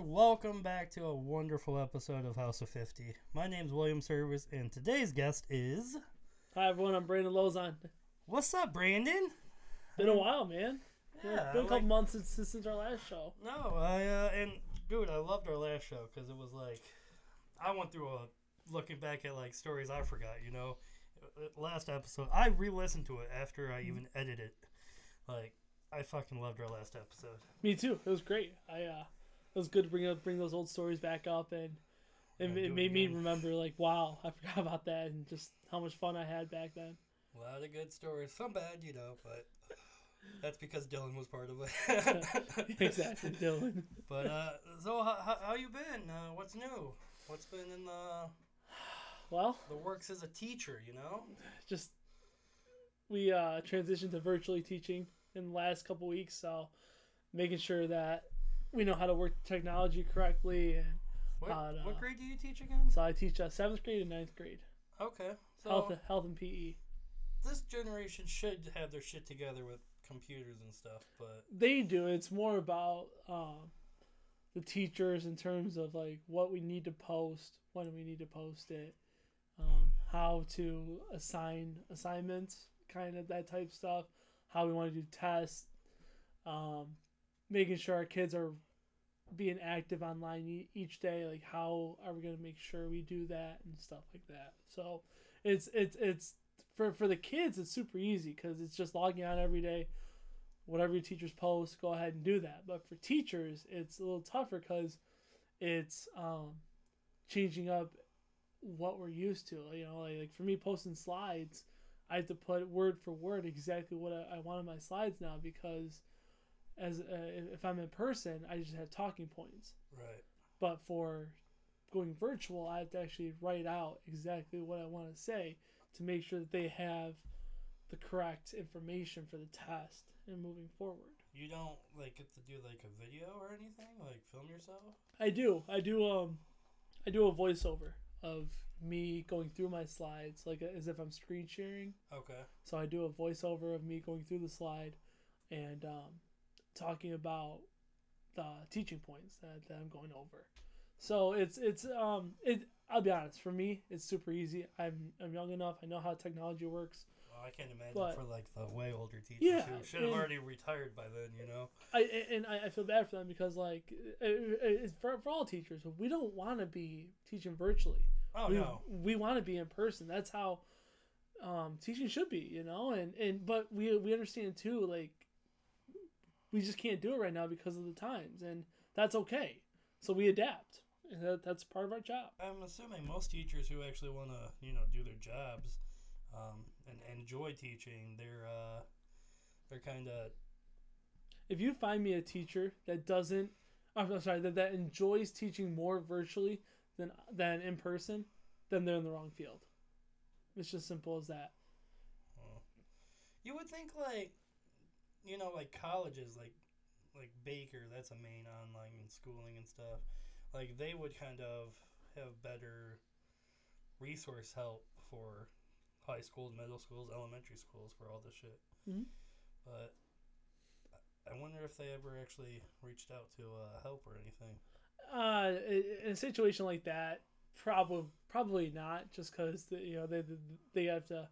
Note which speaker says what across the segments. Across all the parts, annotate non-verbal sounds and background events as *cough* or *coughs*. Speaker 1: Welcome back to a wonderful episode of House of 50. My name's William Service, and today's guest is.
Speaker 2: Hi everyone, I'm Brandon Lozon.
Speaker 1: What's up, Brandon?
Speaker 2: Been a while, man.
Speaker 1: Yeah,
Speaker 2: been a couple
Speaker 1: like-
Speaker 2: months since, since our last show.
Speaker 1: No, I, uh, and dude, I loved our last show because it was like. I went through a. Looking back at like stories I forgot, you know? Uh, Last episode, I re listened to it after I even edited it. Like, I fucking loved our last episode.
Speaker 2: Me too. It was great. I uh, it was good to bring up bring those old stories back up, and
Speaker 1: Yeah,
Speaker 2: it,
Speaker 1: do
Speaker 2: it
Speaker 1: it
Speaker 2: made me
Speaker 1: again.
Speaker 2: remember like, wow, I forgot about that, and just how much fun I had back
Speaker 1: *laughs*
Speaker 2: then.
Speaker 1: A lot of good stories, some bad, you know, but. That's because Dylan was part of it. *laughs*
Speaker 2: exactly, Dylan.
Speaker 1: But uh, so how, how, how you been? Uh, what's new? What's been in the
Speaker 2: Well,
Speaker 1: the works as a teacher? You know.
Speaker 2: just we uh, transitioned to virtually teaching in the last couple weeks, so making sure that we know how to work technology correctly. And
Speaker 1: What,
Speaker 2: Uh, no.
Speaker 1: what grade do you teach again?
Speaker 2: so I teach uh, seventh grade and ninth grade,
Speaker 1: Okay,
Speaker 2: health,
Speaker 1: so
Speaker 2: health and E. PE.
Speaker 1: this generation should have their shit together with computers and stuff, but
Speaker 2: they do. It's more about um, the teachers in terms of like what we need to post, when we need to post it, um, how to assign assignments, kind of that type stuff, how we want to do tests, um, making sure our kids are being active online e- each day. Like how are we going to make sure we do that and stuff like that. So it's it's it's for for the kids it's super easy because it's just logging on every day whatever your teachers post, go ahead and do that. But for teachers, it's a little tougher because it's um, changing up what we're used to. You know, like, like for me posting slides, I have to put word for word exactly what I, I want in my slides now because as uh, if- if I'm in person, I just have talking points.
Speaker 1: right.
Speaker 2: But for going virtual, I have to actually write out exactly what I want to say to make sure that they have the correct information for the test and moving forward.
Speaker 1: You don't like get to do like a video or anything, like film yourself.
Speaker 2: I do. I do. Um, I do a voiceover of me going through my slides, like as if I'm screen sharing.
Speaker 1: Okay.
Speaker 2: So I do a voiceover of me going through the slide and um, talking about the teaching points that, that I'm going over. So it's it's um it. I'll be honest. For me, it's super easy. I'm I'm young enough. I know how technology works.
Speaker 1: Well, I can't imagine
Speaker 2: But-
Speaker 1: for like the way older teachers
Speaker 2: Yeah,
Speaker 1: who should have
Speaker 2: and-
Speaker 1: already retired by then. You know.
Speaker 2: I a- and I, I feel bad for them because like it, it, it's for for all teachers, we don't want to be teaching virtually.
Speaker 1: Oh
Speaker 2: we,
Speaker 1: no.
Speaker 2: we want to be in person. That's how um, teaching should be, you know. And and but we we understand too, like we just can't do it right now because of the times, and that's okay. So we adapt, and that, that's part of our job.
Speaker 1: I'm assuming most teachers who actually want to, you know, do their jobs um, and enjoy teaching, they're uh, they're kind of
Speaker 2: If you find me a teacher that doesn't, I'm I'm sorry, that, that enjoys teaching more virtually than than in person, then they're in the wrong field. It's just simple as that.
Speaker 1: You would think like, you know, like colleges, like like Baker, that's a main online and schooling and stuff. Like they would kind of have better resource help for high schools, middle schools, elementary schools for all this shit.
Speaker 2: Mhm.
Speaker 1: But I- I wonder if they ever actually reached out to uh, help or anything.
Speaker 2: Uh, i- in a situation like that, probably probably not, just because you know they they have to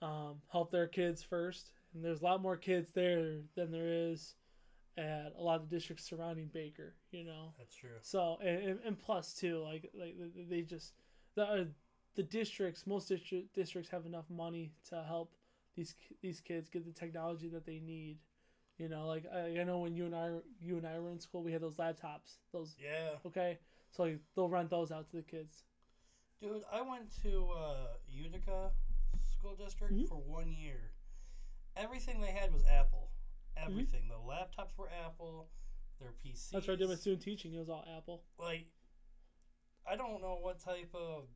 Speaker 2: um, help their kids first, and there's a lot more kids there than there is at a lot of districts surrounding Baker. You know,
Speaker 1: That's true.
Speaker 2: so and, and- and plus too, like like they- they just the uh, the districts most district, districts have enough money to help these ki- these kids get the technology that they need. You know, like I, I know when you and I you and I were in school, we had those laptops, those
Speaker 1: Yeah.
Speaker 2: Okay, so like, they'll rent those out to the kids.
Speaker 1: Dude, I went to uh, Utica School District
Speaker 2: Mhm.
Speaker 1: for one year. Everything they had was Apple. Everything. The laptops were Apple. Their PCs.
Speaker 2: Mm-hmm. That's what I did with student teaching. It was all Apple.
Speaker 1: Like, I don't know what type of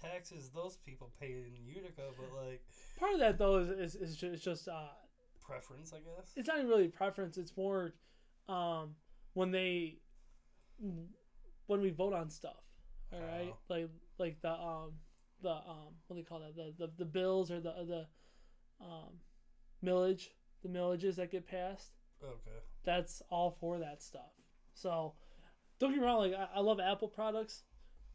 Speaker 1: taxes those people pay in Utica, but like
Speaker 2: Part of that though is is, is just, just uh,
Speaker 1: preference, I guess.
Speaker 2: it's not really a preference. It's more um, when they when we vote on stuff. All right,
Speaker 1: Oh.
Speaker 2: like like the um the um what do they call that the the, the bills or the the um millage the millages that get passed.
Speaker 1: Okay.
Speaker 2: that's all for that stuff. So don't get me wrong, like I, I love Apple products.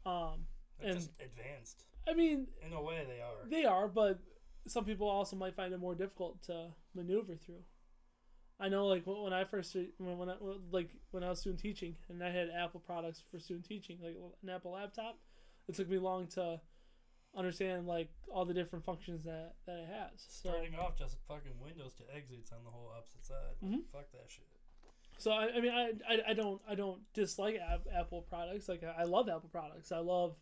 Speaker 2: Um,
Speaker 1: They're
Speaker 2: And-
Speaker 1: just advanced.
Speaker 2: I mean,
Speaker 1: In a way, they are.
Speaker 2: they are, but some people also might find it more difficult to maneuver through. I know, like when when I first when when I, when- like when I was student teaching, and I had Apple products for student teaching, like an Apple laptop. It took me long to understand like all the different functions that that it has. So,
Speaker 1: Starting off just fucking windows to exits on the whole opposite side.
Speaker 2: Mhm.
Speaker 1: Fuck that shit.
Speaker 2: so I, I mean, I, I I don't I don't dislike Ap- Apple products. Like I, I love Apple products. I love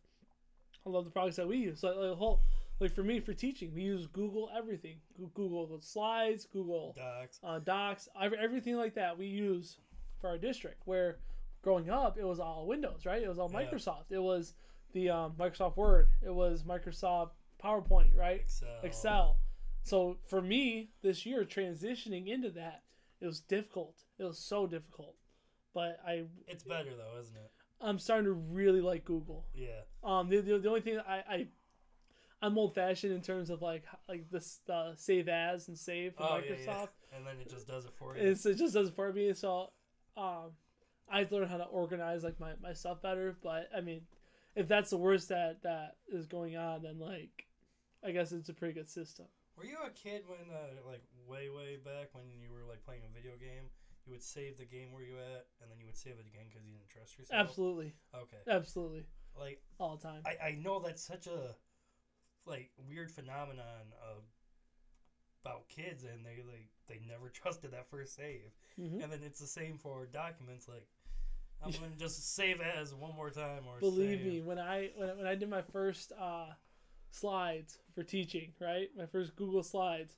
Speaker 2: I love the products that we use. So like, the whole like for me for teaching, we use Google everything. Goo- Google Slides, Google
Speaker 1: Docs.
Speaker 2: uh, docs, ev- everything like that we use for our district. Where growing up, it was all Windows, right? It was all
Speaker 1: Yeah.
Speaker 2: Microsoft. It was the um, Microsoft Word. It was Microsoft PowerPoint, right?
Speaker 1: Excel.
Speaker 2: Excel. So for me, this year transitioning into that, it was difficult. It was so difficult, but I
Speaker 1: It's better though, isn't it?
Speaker 2: I'm starting to really like Google.
Speaker 1: Yeah.
Speaker 2: Um, the, the, the only thing that I, I I'm old fashioned in terms of like h- like this uh, save as and save for
Speaker 1: Oh, yeah,
Speaker 2: Microsoft.
Speaker 1: yeah. And then it just does it for you.
Speaker 2: It's, it just doesn't for me. So, um, I've learned how to organize like my, my stuff better. But I mean, if that's the worst that that is going on, then like, I guess it's a pretty good system.
Speaker 1: Were you a kid when, uh, like, way, way back when you were, like, playing a video game? You would save the game where you at, and then you would save it again because you didn't trust yourself?
Speaker 2: Absolutely,
Speaker 1: Okay.
Speaker 2: absolutely,
Speaker 1: Like,
Speaker 2: all the time.
Speaker 1: I, I know that's such a like weird phenomenon of about kids and they like they never *laughs* trusted that first save
Speaker 2: Mhm.
Speaker 1: and then it's the same for documents like
Speaker 2: *laughs*
Speaker 1: i'm gonna just save as one more time or
Speaker 2: Believe
Speaker 1: save.
Speaker 2: me, when I when, I- when I did my first uh, slides for teaching, right, my first Google slides,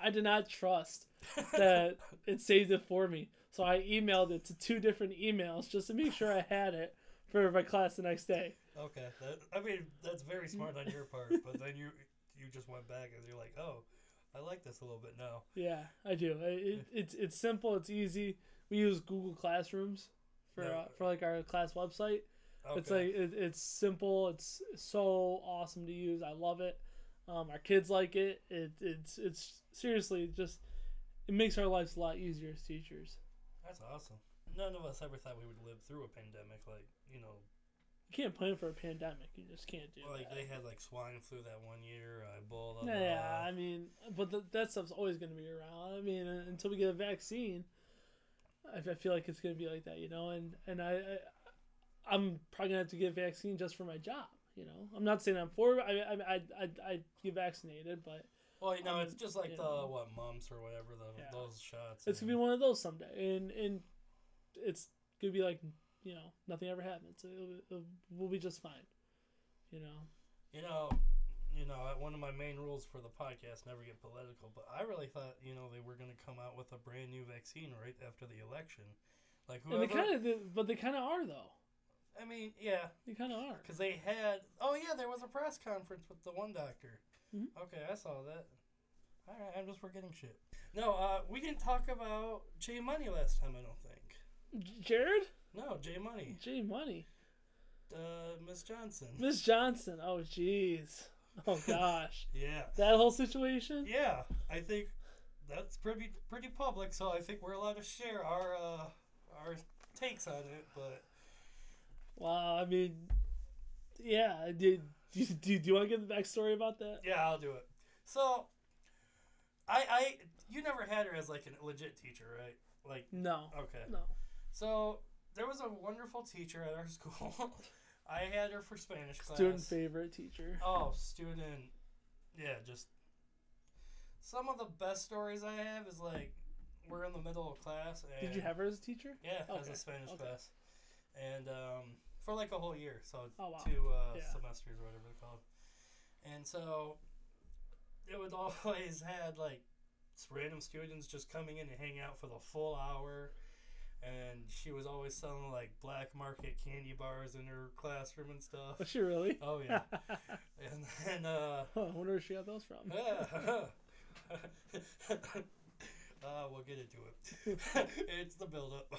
Speaker 2: I did not trust
Speaker 1: *laughs*
Speaker 2: that it saved it for me. So I emailed it to two different emails just to make sure I had it for my class the next day.
Speaker 1: okay that, i mean that's very smart on your part but then you you just went back and you're like oh i like this a little bit now
Speaker 2: Yeah, I do. I- It, it's it's simple. It's easy. We use Google Classrooms for
Speaker 1: No.
Speaker 2: uh, for like our class website.
Speaker 1: okay.
Speaker 2: It's like it, it's simple. It's so awesome to use. I love it. Um, our kids like it. It it's it's seriously just it makes our lives a lot easier as teachers.
Speaker 1: that's awesome none of us ever thought we would live through a pandemic like you know
Speaker 2: You can't plan for a pandemic. You just can't do
Speaker 1: like
Speaker 2: that.
Speaker 1: they had like swine flu that one year ebola blah,
Speaker 2: yeah,
Speaker 1: blah.
Speaker 2: I mean, but th- that stuff's always going to be around. I mean, uh, until we get a vaccine, I, I feel like it's going to be like that, you know. And and I, I I'm probably going to have to get vaccine just for my job. You know, I'm not saying I'm for. it. I I I I I'd get vaccinated, but
Speaker 1: Well, you know,
Speaker 2: I
Speaker 1: it's
Speaker 2: mean,
Speaker 1: just like
Speaker 2: you
Speaker 1: the
Speaker 2: know.
Speaker 1: what mumps or whatever the,
Speaker 2: Yeah.
Speaker 1: those shots.
Speaker 2: it's
Speaker 1: and-
Speaker 2: gonna be one of those someday, and and it's gonna be like you know nothing ever happens. It'll, it'll, we'll be just fine. You know,
Speaker 1: you know, you know. One of my main rules for the podcast never get political, but I really thought you know they were going to come out with a brand new vaccine right after the election. Like whoever,
Speaker 2: and they kind of, but they kind of are though.
Speaker 1: I mean, yeah,
Speaker 2: They kind of are.
Speaker 1: because they had. Oh yeah, there was a press conference with the one doctor.
Speaker 2: Mhm.
Speaker 1: Okay, I saw that. All right, I'm just forgetting shit. No, uh, we didn't talk about Jay Money last time. I don't think.
Speaker 2: J- Jared,
Speaker 1: No, Jay Money,
Speaker 2: J Money.
Speaker 1: uh, Miss Johnson.
Speaker 2: Miss Johnson. Oh, jeez. Oh, gosh.
Speaker 1: Yeah.
Speaker 2: that whole situation?
Speaker 1: Yeah, I think that's pretty pretty public, so I think we're allowed to share our uh, our takes on it. But
Speaker 2: Wow. I mean, yeah. Did, do, do, do you want to give the backstory about that?
Speaker 1: yeah, I'll do it. So, I I you never had her as like a legit teacher, right? Like
Speaker 2: No.
Speaker 1: okay,
Speaker 2: No.
Speaker 1: so there was a wonderful teacher at our *laughs* school. I had her for Spanish class.
Speaker 2: Student favorite teacher.
Speaker 1: Oh, student. Yeah, just some of the best stories I have is like we're in the middle of class. And
Speaker 2: Did you have her as a teacher?
Speaker 1: Yeah, as
Speaker 2: Okay,
Speaker 1: a Spanish
Speaker 2: okay.
Speaker 1: class, and um, for like a whole year, so
Speaker 2: Oh, wow.
Speaker 1: two uh,
Speaker 2: Yeah.
Speaker 1: semesters or whatever they're called. And so it would *laughs* always had like s- random students just coming in to hang out for the full hour, and she was always selling like black market candy bars in her classroom and stuff.
Speaker 2: *laughs* Was she really?
Speaker 1: oh yeah, and then uh,
Speaker 2: I wonder where she got those from.
Speaker 1: *laughs* uh, we'll get into it. *laughs* it's the buildup.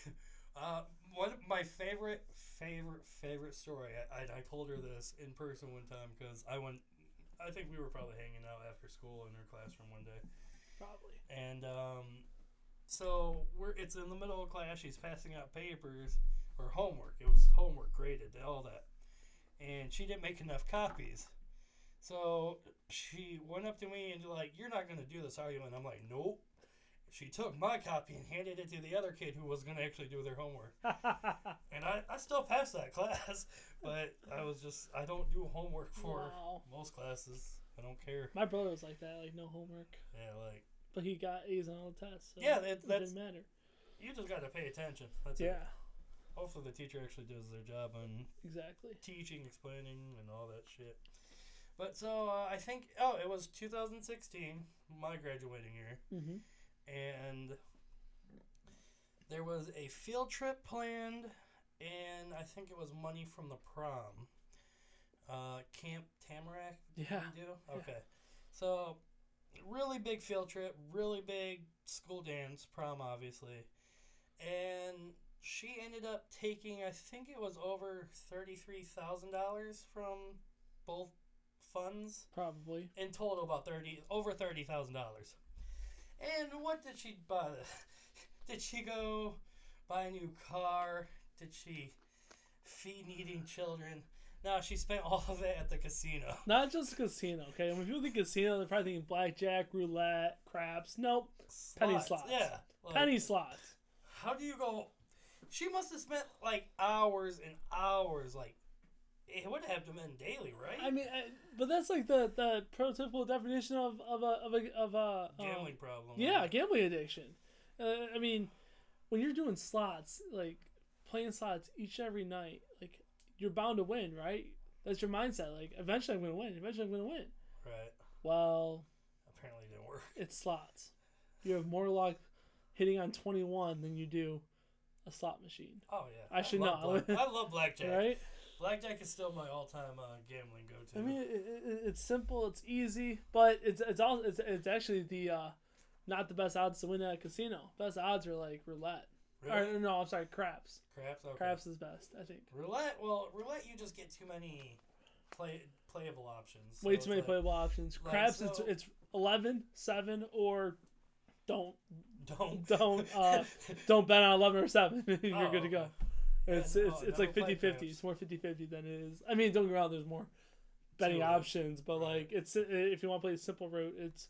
Speaker 1: *laughs* uh, one of my favorite, favorite, favorite story. I, I, I told her this in person one time because I went. I think we were probably hanging out after school in her classroom one day,
Speaker 2: Probably.
Speaker 1: and um, so we're it's in the middle of class. She's passing out papers, or homework. It was homework graded, all that. And she didn't make enough copies. So she went up to me and like, "You're not gonna do this, are you?" And I'm like, "Nope." She took my copy and handed it to the other kid who was gonna actually do their homework. *laughs* And I, I still passed that *laughs* class, but I was just I don't do homework for
Speaker 2: Wow.
Speaker 1: most classes. I don't care.
Speaker 2: My brother was like that, like no homework,
Speaker 1: Yeah, like
Speaker 2: but he got A's on all the tests. So
Speaker 1: Yeah, that-
Speaker 2: it
Speaker 1: that's-
Speaker 2: didn't matter.
Speaker 1: you just gotta pay attention. That's it.
Speaker 2: Yeah,
Speaker 1: Hopefully the teacher actually does their job and
Speaker 2: exactly.
Speaker 1: teaching, explaining, and all that shit. But so uh, I think oh it was 2016, my graduating year.
Speaker 2: hmm
Speaker 1: and there was a field trip planned, and I think it was money from the prom. Uh, Camp Tamarack.
Speaker 2: Yeah.
Speaker 1: You do okay. So, really big field trip, really big school dance, prom, obviously, and she ended up taking I think it was over thirty three thousand dollars from both funds
Speaker 2: Probably.
Speaker 1: in total about thirty over thirty thousand dollars. And what did she buy? *laughs* Did she go buy a new car? Did she feed needing children? No, she spent all of it at the casino.
Speaker 2: Not just casino, okay? When people think casino, they're probably thinking blackjack, roulette, craps. Nope. Penny slots.
Speaker 1: Yeah. like,
Speaker 2: Penny slots.
Speaker 1: How do you go? She must have spent like hours and hours. Like it would have to been daily, right?
Speaker 2: I mean, I, but that's like the, the prototypical definition of, of a of a of a um,
Speaker 1: gambling problem.
Speaker 2: yeah gambling addiction. Uh, I mean, when you're doing slots, like playing slots each and every night, like you're bound to win, right? That's your mindset. Like eventually I'm gonna win. Eventually I'm gonna win.
Speaker 1: Right.
Speaker 2: Well,
Speaker 1: Apparently didn't work. *laughs*
Speaker 2: it's slots. You have more luck hitting on 21 than you do a slot machine,
Speaker 1: Oh yeah.
Speaker 2: I should
Speaker 1: love
Speaker 2: know.
Speaker 1: black- I love blackjack.
Speaker 2: right?
Speaker 1: Blackjack is still my all-time uh, gambling go-to.
Speaker 2: I mean, it, it, it's simple, it's easy, but it's it's also it's, it's actually the uh, not the best odds to win at a casino. Best odds are like roulette.
Speaker 1: Really?
Speaker 2: Or no, I'm sorry, craps.
Speaker 1: craps, okay.
Speaker 2: Craps is best, I think.
Speaker 1: Roulette. Well, roulette, you just get too many play playable options. so
Speaker 2: Way
Speaker 1: it's
Speaker 2: too many
Speaker 1: like, *laughs*
Speaker 2: playable options.
Speaker 1: like,
Speaker 2: Craps,
Speaker 1: so-
Speaker 2: it's it's 11, 7, or don't
Speaker 1: Don't
Speaker 2: don't
Speaker 1: *laughs*
Speaker 2: uh, *laughs* don't bet on 11 or *laughs* 7. You're
Speaker 1: Oh,
Speaker 2: good to go.
Speaker 1: okay. Yeah,
Speaker 2: It's
Speaker 1: no,
Speaker 2: it's,
Speaker 1: I
Speaker 2: it's like
Speaker 1: never played
Speaker 2: 50 50.
Speaker 1: craps.
Speaker 2: It's more 50 50 than it is. I mean, don't get me wrong, there's more betting
Speaker 1: Two.
Speaker 2: options, but
Speaker 1: Right.
Speaker 2: like it's if you want to play the simple route, it's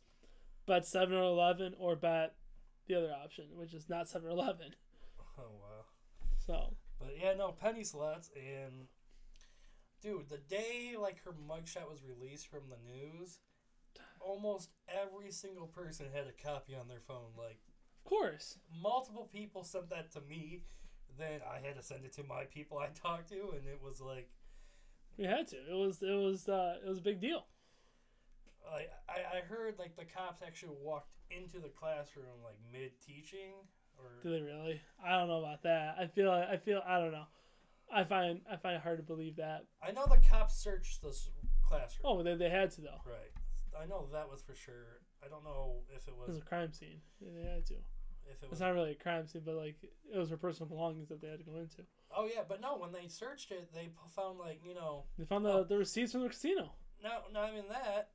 Speaker 2: bet 7 or 11 or bet the other option, which is not 7 or 11.
Speaker 1: Oh wow.
Speaker 2: So,
Speaker 1: But yeah, no penny slots and dude, the day like her mugshot was released from the news, almost every single person had a copy on their phone. Like
Speaker 2: of course.
Speaker 1: multiple people sent that to me. Then I had to send it to my people I *laughs* talked to, and it was like.
Speaker 2: We had to. It was it was uh, it was a big deal.
Speaker 1: like I, I heard like the cops actually walked into the classroom like mid teaching
Speaker 2: Do
Speaker 1: or
Speaker 2: they really? I don't know about that. I feel I feel I don't know. I find I find it hard to believe that.
Speaker 1: I know the cops searched the s- classroom.
Speaker 2: Oh, they, they had to though.
Speaker 1: Right. I know that was for sure. I don't know if it
Speaker 2: It was
Speaker 1: was
Speaker 2: a crime scene. They had to.
Speaker 1: if it was
Speaker 2: It's not really a crime scene, but like it was her personal belongings that they had to go into.
Speaker 1: Oh yeah, but no, when they searched it, they p- found like, you know,
Speaker 2: They found the, the receipts from the casino.
Speaker 1: no not even that.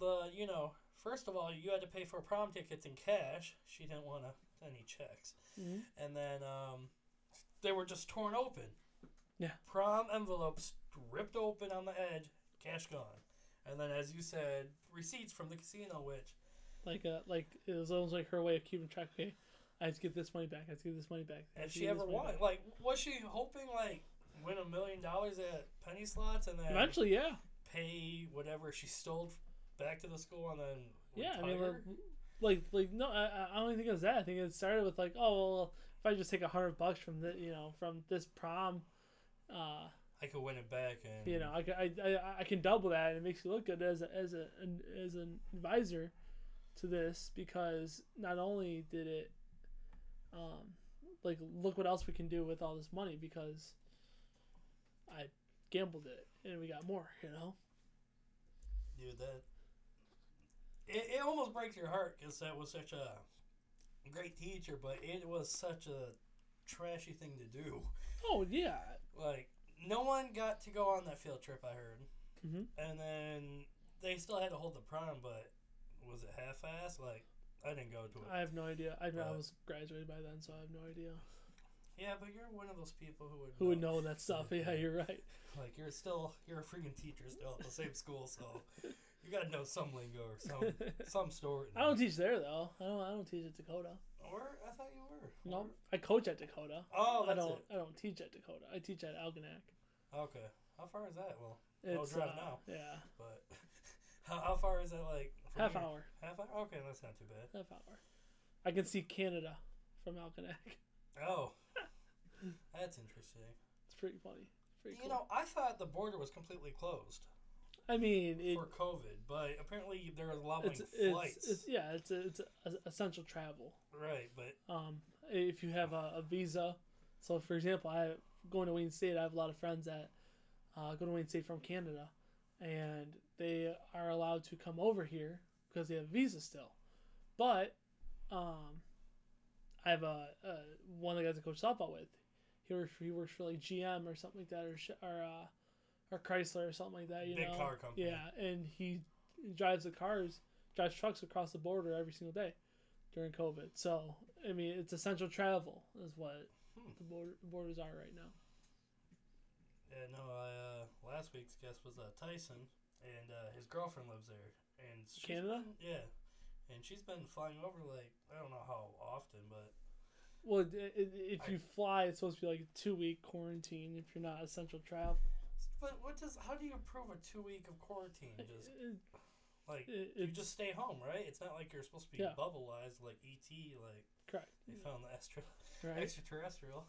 Speaker 1: The, you know, first of all, you had to pay for prom tickets in cash. She didn't want to any checks.
Speaker 2: Mhm.
Speaker 1: And then um they were just torn open.
Speaker 2: Yeah.
Speaker 1: Prom envelopes ripped open on the edge, cash gone. And then, as you said, receipts from the casino, which,
Speaker 2: Like uh, like it was almost like her way of keeping track. Okay, I have to get this money back. I have to get this money back. I have
Speaker 1: if
Speaker 2: to
Speaker 1: she
Speaker 2: get this
Speaker 1: ever
Speaker 2: money
Speaker 1: won,
Speaker 2: back.
Speaker 1: like, was she hoping, like, win a million dollars at penny slots and then
Speaker 2: eventually, yeah,
Speaker 1: pay whatever she stole back to the school and then
Speaker 2: yeah.
Speaker 1: retire?
Speaker 2: I mean, like, like, like, no, I, I- I don't even think it was that. I think it started with like, oh, well, if I just take a hundred bucks from the, you know, from this prom, uh,
Speaker 1: I could win it back and
Speaker 2: you know, I, ca- I, I, I can double that, and it makes you look good as a, as a an, as an advisor to this because not only did it, um, like look what else we can do with all this money because I gambled it and we got more, you know.
Speaker 1: dude that it, it almost breaks your heart because that was such a great teacher, but it was such a trashy thing to do.
Speaker 2: Oh yeah,
Speaker 1: Like no one got to go on that field trip. I heard,
Speaker 2: Mhm.
Speaker 1: and then they still had to hold the prom, but was it half-assed? Like I didn't go to it.
Speaker 2: I have no idea. I, I
Speaker 1: Right.
Speaker 2: was graduated by then, so I have no idea.
Speaker 1: Yeah, but you're one of those people who would
Speaker 2: Who would know that stuff? Yeah, you're right.
Speaker 1: Like you're still you're a freaking teacher still at the same school, so you gotta know some lingo or some some story.
Speaker 2: *laughs* I don't teach there though. I don't. I don't teach at Dakota.
Speaker 1: Oh. Or I thought you were.
Speaker 2: No,
Speaker 1: Or-
Speaker 2: I coach at Dakota.
Speaker 1: Oh,
Speaker 2: I
Speaker 1: that's
Speaker 2: don't.
Speaker 1: it.
Speaker 2: I don't teach at Dakota. I teach at Algonac.
Speaker 1: Okay. How far is that? Well, I'll
Speaker 2: It's
Speaker 1: drive
Speaker 2: uh,
Speaker 1: now.
Speaker 2: Yeah,
Speaker 1: but *laughs* how, how far is that? Like from
Speaker 2: half
Speaker 1: here?
Speaker 2: hour.
Speaker 1: Half hour. Okay, that's not too bad.
Speaker 2: Half hour. I can see Canada from Algonac.
Speaker 1: Oh, that's interesting.
Speaker 2: *laughs* It's pretty funny. Pretty
Speaker 1: you
Speaker 2: cool.
Speaker 1: know, I thought the border was completely closed
Speaker 2: I mean, it,
Speaker 1: for COVID, but apparently they're allowing
Speaker 2: it's,
Speaker 1: flights.
Speaker 2: it's it's yeah, it's it's essential travel.
Speaker 1: right, but
Speaker 2: um, if you have a, a visa. So, for example, I going to Wayne State. I have a lot of friends that uh, go to Wayne State from Canada, and they are allowed to come over here because they have a visa still. But um, I have a, a one of the guys I coach softball with. He works for, he works for like GM or something like that, or Sh- or uh, or Chrysler or something like that. You
Speaker 1: Big
Speaker 2: know,
Speaker 1: car company.
Speaker 2: yeah, and he drives the cars, drives trucks across the border every single day during COVID. So I mean, it's essential travel is what
Speaker 1: Hmm.
Speaker 2: the border, borders are right now.
Speaker 1: yeah, no. I, uh, last week's guest was uh, Tyson, and uh, his girlfriend lives there, and she's
Speaker 2: Canada?
Speaker 1: been- yeah, and she's been flying over like I don't know how often, but
Speaker 2: Well, it, it, if
Speaker 1: I-
Speaker 2: you fly, it's supposed to be like a two week quarantine if you're not essential travel.
Speaker 1: but what does how do you approve a two week of quarantine? Just
Speaker 2: It-
Speaker 1: like
Speaker 2: *laughs* it-
Speaker 1: you
Speaker 2: it's
Speaker 1: just stay home, right? It's not like you're supposed to be
Speaker 2: Yeah.
Speaker 1: bubbleized like ET, like
Speaker 2: correct,
Speaker 1: they found the *laughs* astro-
Speaker 2: right?
Speaker 1: extraterrestrial.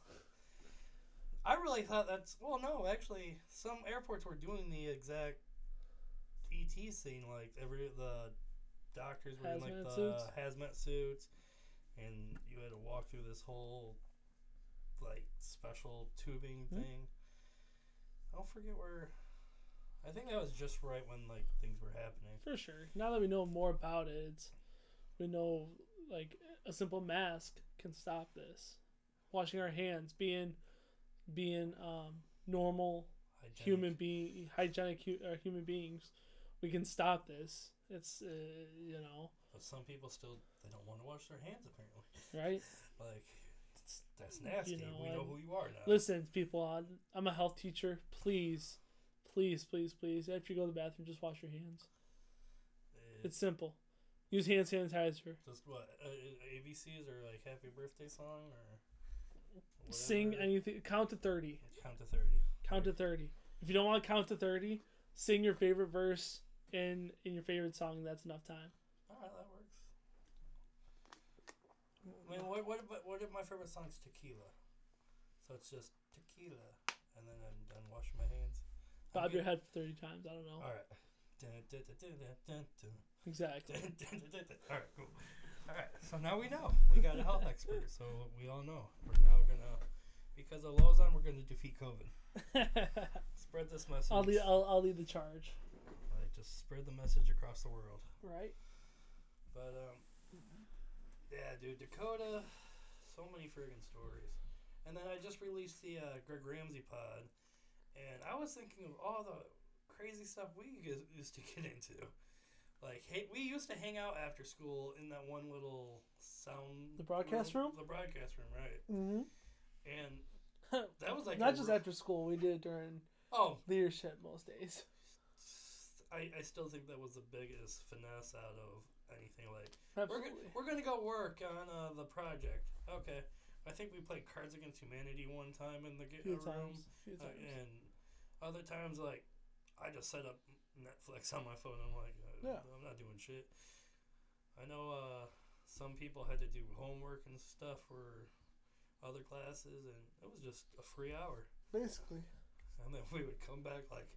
Speaker 1: I really thought that's well, no, actually, some airports were doing the exact ET scene, like every the doctors were in like
Speaker 2: Hazmat
Speaker 1: the
Speaker 2: suits?
Speaker 1: hazmat suits, and you had to walk through this whole like special tubing
Speaker 2: Hmm.
Speaker 1: thing. I don't forget where. I think that was just right when like things were happening.
Speaker 2: For sure. Now that we know more about it, it's, we know like a simple mask can stop this. Washing our hands, being being um, normal
Speaker 1: Hygienic.
Speaker 2: human being hygienic hu- or human beings we can stop this it's uh, you know
Speaker 1: But some people still they don't want to wash their hands apparently. *laughs*
Speaker 2: right
Speaker 1: Like it's, that's nasty.
Speaker 2: know,
Speaker 1: we know
Speaker 2: I'm-
Speaker 1: who you are now.
Speaker 2: listen people I'm- i'm a health teacher please please please please after you go to the bathroom just wash your hands
Speaker 1: Uh,
Speaker 2: it's simple use hand sanitizer
Speaker 1: just what uh, uh, ABCs or like Happy Birthday song or whatever.
Speaker 2: sing anything count to 30
Speaker 1: count to thirty.
Speaker 2: count to 30 if you don't want to count to 30 sing your favorite verse in in your favorite song that's enough time
Speaker 1: All right, that works. I mean, what what about, what if my favorite song's Tequila? So it's just tequila, and then I'm done washing my hands. I'm
Speaker 2: bob your
Speaker 1: good.
Speaker 2: head 30 times i don't know
Speaker 1: All right. Dun, dun, dun, dun, dun, dun, *laughs*
Speaker 2: exactly
Speaker 1: dun, dun, dun, dun. All right, cool. All right, so now we know. We got a health expert, so we all know. We're now gonna, because of Lozon, we're gonna defeat COVID. Spread this message.
Speaker 2: I'll, lead, I'll, I'll lead the uh charge
Speaker 1: Like just spread the message across the world.
Speaker 2: right
Speaker 1: But um, yeah, dude, Dakota, so many friggin' stories. And then I just released the uh, Greg Ramsey pod, and I was thinking of all the crazy stuff we us- used to get into. Like, hey, we used to hang out after school in that one little sound
Speaker 2: The broadcast room?
Speaker 1: The broadcast room, right?
Speaker 2: mm-hmm.
Speaker 1: And that was like a
Speaker 2: Not just
Speaker 1: r-
Speaker 2: after school. We did it during
Speaker 1: Oh,
Speaker 2: leadership most days.
Speaker 1: I, I still think that was the biggest finesse out of anything. Like We're,
Speaker 2: Absolutely.
Speaker 1: go- we're gonna go work on uh, the project. Okay. I think we played Cards Against Humanity one time in the
Speaker 2: A
Speaker 1: ga-
Speaker 2: few
Speaker 1: uh, room,
Speaker 2: times. Few
Speaker 1: uh,
Speaker 2: times.
Speaker 1: and other times like I just set up Netflix on my phone. I'm like, uh,
Speaker 2: Yeah.
Speaker 1: I'm not doing shit. I know uh, some people had to do homework and stuff for other classes, and it was just a free hour.
Speaker 2: Basically.
Speaker 1: And then we would come back like,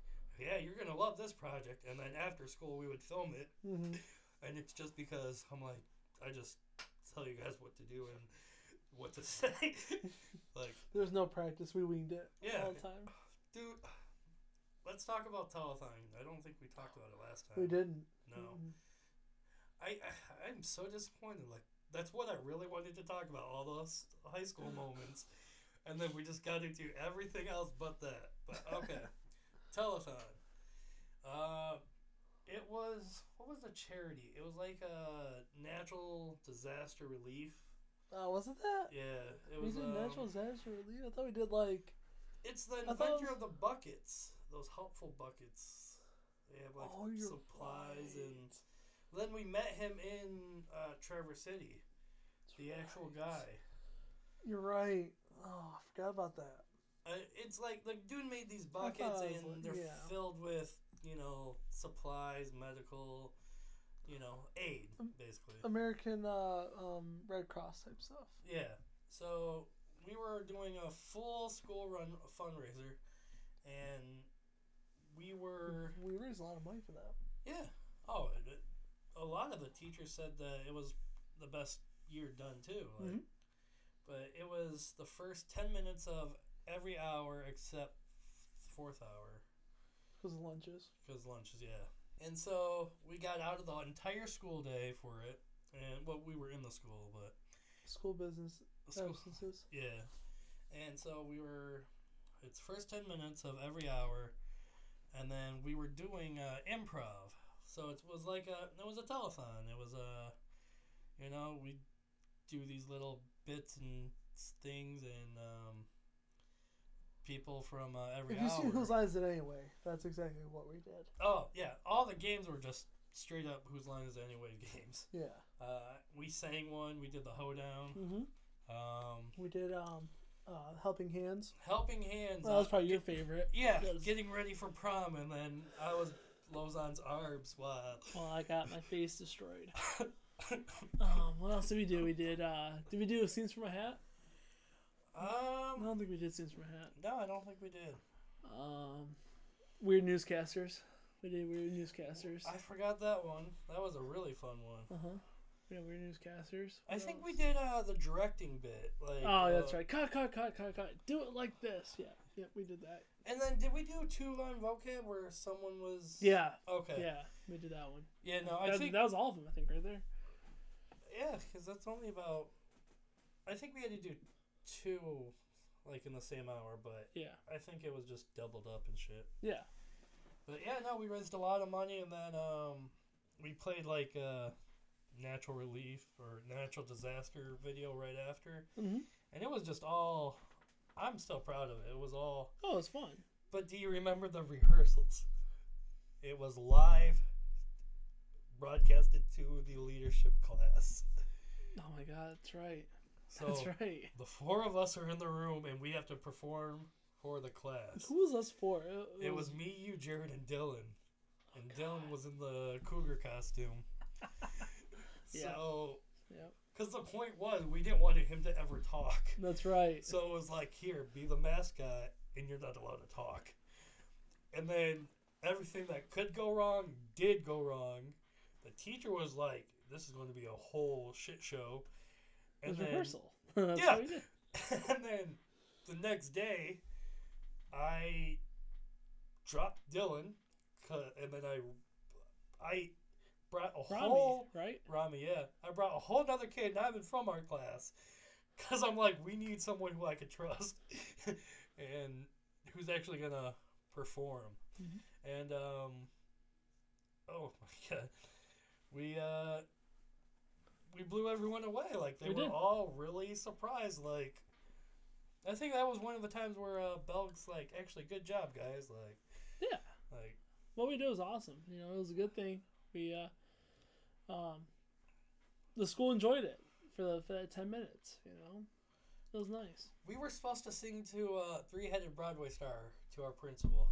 Speaker 1: yeah, you're gonna love this project. And then after school, we would film it
Speaker 2: *laughs* hmm
Speaker 1: and it's just because I'm like, I just tell you guys what to do and what to *laughs* say. like,
Speaker 2: There was no practice. We winged it
Speaker 1: Yeah.
Speaker 2: all the
Speaker 1: *laughs*
Speaker 2: time.
Speaker 1: dude, let's talk about telethon. I don't think we talked about it last time.
Speaker 2: We didn't.
Speaker 1: No,
Speaker 2: Mhm.
Speaker 1: I, *sighs* I I'm so disappointed. Like, that's what I really wanted to talk about. All those high
Speaker 2: *laughs*
Speaker 1: school moments, and then we just got into everything else but that. But
Speaker 2: *laughs*
Speaker 1: okay, telethon. Uh. It was what was the charity? It was like a natural disaster relief
Speaker 2: Oh, wasn't that?
Speaker 1: Yeah, it
Speaker 2: we
Speaker 1: was.
Speaker 2: did
Speaker 1: um,
Speaker 2: Mm-hmm, natural disaster relief. I thought we did like.
Speaker 1: It's the
Speaker 2: I thought it
Speaker 1: inventor
Speaker 2: was-
Speaker 1: of the buckets. Those helpful buckets. They have like
Speaker 2: oh, you're
Speaker 1: supplies and.
Speaker 2: right.
Speaker 1: Then we met him in uh, Traverse City. The
Speaker 2: That's
Speaker 1: actual
Speaker 2: right.
Speaker 1: guy.
Speaker 2: You're right. Oh, I forgot about that.
Speaker 1: Uh, it's like like dude made these buckets
Speaker 2: I was
Speaker 1: and
Speaker 2: like-
Speaker 1: they're
Speaker 2: yeah.
Speaker 1: filled with you know supplies, medical, you know aid
Speaker 2: Um,
Speaker 1: basically.
Speaker 2: American uh, um, Red Cross type stuff.
Speaker 1: Yeah. So we were doing a full school run fundraiser, and we were
Speaker 2: We raised a lot of money for that.
Speaker 1: yeah. Oh, and it, a lot of the teachers said that it was the best year done too. Like,
Speaker 2: Mhm.
Speaker 1: But it was the first ten minutes of every hour except fourth hour
Speaker 2: Because of lunches.
Speaker 1: because lunches yeah. And so we got out of the entire school day for it, and well, we were in the school, but
Speaker 2: School business
Speaker 1: the school,
Speaker 2: substances.
Speaker 1: Yeah. And so we were, it's first 10 minutes of every hour, and then we were doing uh, improv. So it was like a, it was a telethon. It was a, you know, we do these little bits and s- things, and um, people from uh, every
Speaker 2: If you see
Speaker 1: hour.
Speaker 2: whose eyes it anyway, that's exactly what we did.
Speaker 1: oh, yeah. All the games were just straight up Whose Line Is It Anyway games.
Speaker 2: Yeah.
Speaker 1: Uh, we sang one, we did the hoedown.
Speaker 2: Mm-hmm.
Speaker 1: Um,
Speaker 2: We did um, uh, Helping Hands.
Speaker 1: helping Hands.
Speaker 2: Well, that was
Speaker 1: uh,
Speaker 2: probably your favorite.
Speaker 1: Yeah,
Speaker 2: Yes.
Speaker 1: getting ready for prom, and then I was Lozon's arbs while
Speaker 2: Well, I got my face destroyed. Um, what else did we do? We did. Uh, did we do scenes from a hat?
Speaker 1: *laughs*
Speaker 2: I
Speaker 1: um,
Speaker 2: don't think we did scenes from a hat.
Speaker 1: no, I don't think we did.
Speaker 2: Um, weird newscasters. We did weird newscasters.
Speaker 1: I forgot that one. That was a really fun one.
Speaker 2: Uh huh. Yeah, weird newscasters.
Speaker 1: I
Speaker 2: What
Speaker 1: think we
Speaker 2: else?
Speaker 1: did uh the directing bit. Like
Speaker 2: Oh, that's
Speaker 1: uh,
Speaker 2: right. Cut, cut, cut, cut, cut. Do it like this. Yeah. Yeah, we did that.
Speaker 1: And then did we do two line vocab where someone was
Speaker 2: Yeah.
Speaker 1: okay yeah,
Speaker 2: Yeah, we did that one.
Speaker 1: no I
Speaker 2: that,
Speaker 1: think
Speaker 2: that was all of them, I think, right there.
Speaker 1: yeah because that's only about I think we had to do two like in the same hour, but
Speaker 2: Yeah.
Speaker 1: I think it was just doubled up and shit.
Speaker 2: Yeah.
Speaker 1: But yeah, no, we raised a lot of money, and then um, we played like a natural relief or natural disaster video right after,
Speaker 2: Mm-hmm.
Speaker 1: and it was just all. I'm still proud of it. It was all.
Speaker 2: Oh, it's fun.
Speaker 1: But do you remember the rehearsals? It was live, broadcasted to the leadership class.
Speaker 2: Oh my god, that's right.
Speaker 1: So
Speaker 2: that's right.
Speaker 1: *laughs* the four of us are in the room, and we have to perform for the class.
Speaker 2: Who was us for? It,
Speaker 1: It was me, you, Jared, and Dylan. And Dylan was in the cougar costume.
Speaker 2: *laughs* Yeah.
Speaker 1: So,
Speaker 2: Yep.
Speaker 1: because the point was, we didn't want him to ever talk.
Speaker 2: That's right.
Speaker 1: So it was like, here, be the mascot, and you're not allowed to talk. And then everything that could go wrong did go wrong. The teacher was like, this is going to be a whole shit show.
Speaker 2: it was
Speaker 1: then,
Speaker 2: rehearsal. *laughs* that's
Speaker 1: Yeah.
Speaker 2: what we did.
Speaker 1: *laughs* and then the next day, I dropped Dylan, 'cause- and then I, I brought a
Speaker 2: Rami,
Speaker 1: whole
Speaker 2: right?
Speaker 1: Rami, yeah, I brought a whole other kid not even from our class, because I'm like, we need someone who I could trust, *laughs* and who's actually gonna perform,
Speaker 2: Mhm.
Speaker 1: and um, oh *laughs* my god, we uh. We blew everyone away. Like they
Speaker 2: We
Speaker 1: were
Speaker 2: did.
Speaker 1: all really surprised. Like I think that was one of the times where uh, Belg's like, actually, good job, guys. Like,
Speaker 2: Yeah.
Speaker 1: like,
Speaker 2: What we did was awesome. You know, it was a good thing. We, uh, um, the school enjoyed it for the for that ten minutes. You know, it was nice.
Speaker 1: *laughs* we were supposed to sing to uh, Three Headed Broadway Star to our principal.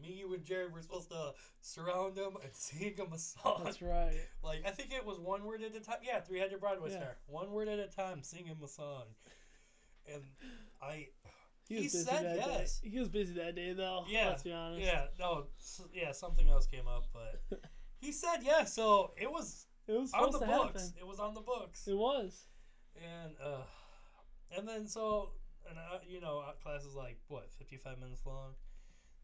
Speaker 1: Me, you, and Jared were supposed to surround him and *laughs* sing him a song.
Speaker 2: *laughs* That's right.
Speaker 1: Like, I think it was one word at a time. Yeah, Three Headed Broadway
Speaker 2: Yeah.
Speaker 1: Star. One word at a time, sing him a song. And I,
Speaker 2: He, was
Speaker 1: He
Speaker 2: busy
Speaker 1: said
Speaker 2: that
Speaker 1: yes.
Speaker 2: Day. He was busy that day, though.
Speaker 1: Yeah,
Speaker 2: Let's be honest.
Speaker 1: yeah, no, s- yeah, something else came up,
Speaker 2: *laughs*
Speaker 1: but he said yeah, so it was
Speaker 2: It was
Speaker 1: on
Speaker 2: supposed
Speaker 1: the
Speaker 2: to
Speaker 1: books.
Speaker 2: happen.
Speaker 1: It was on the books.
Speaker 2: It was.
Speaker 1: and uh, and then so and uh, you know our class is like what fifty five minutes long.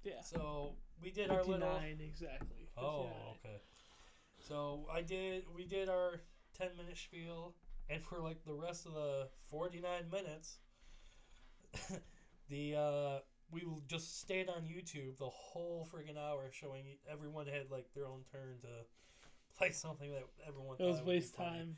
Speaker 2: Yeah.
Speaker 1: So we did our
Speaker 2: 59
Speaker 1: little.
Speaker 2: exactly.
Speaker 1: Oh,
Speaker 2: 59.
Speaker 1: okay. So I did. We did our ten minute spiel, and for like the rest of the forty nine minutes, *laughs* the uh, we l- just stayed on YouTube the whole freaking hour, showing e, everyone had like their own turn to play something that everyone.
Speaker 2: It was
Speaker 1: thought would be
Speaker 2: waste
Speaker 1: funny.
Speaker 2: time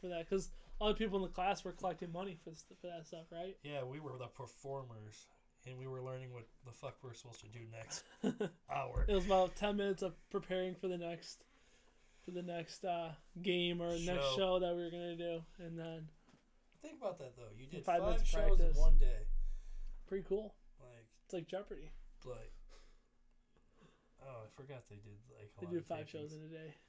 Speaker 2: for that because other people in the class were collecting money for, s- for that stuff, right?
Speaker 1: Yeah, we were the performers, and we were learning what the fuck we're supposed to do next
Speaker 2: *laughs*
Speaker 1: hour.
Speaker 2: It was about ten minutes of preparing for the next for the next uh, game or next
Speaker 1: Show.
Speaker 2: show that we were gonna do, and then
Speaker 1: Think about that though. You did
Speaker 2: Five
Speaker 1: five,
Speaker 2: minutes of
Speaker 1: shows
Speaker 2: practice.
Speaker 1: in one day.
Speaker 2: pretty cool.
Speaker 1: Like,
Speaker 2: It's like Jeopardy.
Speaker 1: like. Oh, I forgot they did like. A
Speaker 2: They
Speaker 1: lot
Speaker 2: do
Speaker 1: of
Speaker 2: five
Speaker 1: tapings.
Speaker 2: shows in a day. *laughs*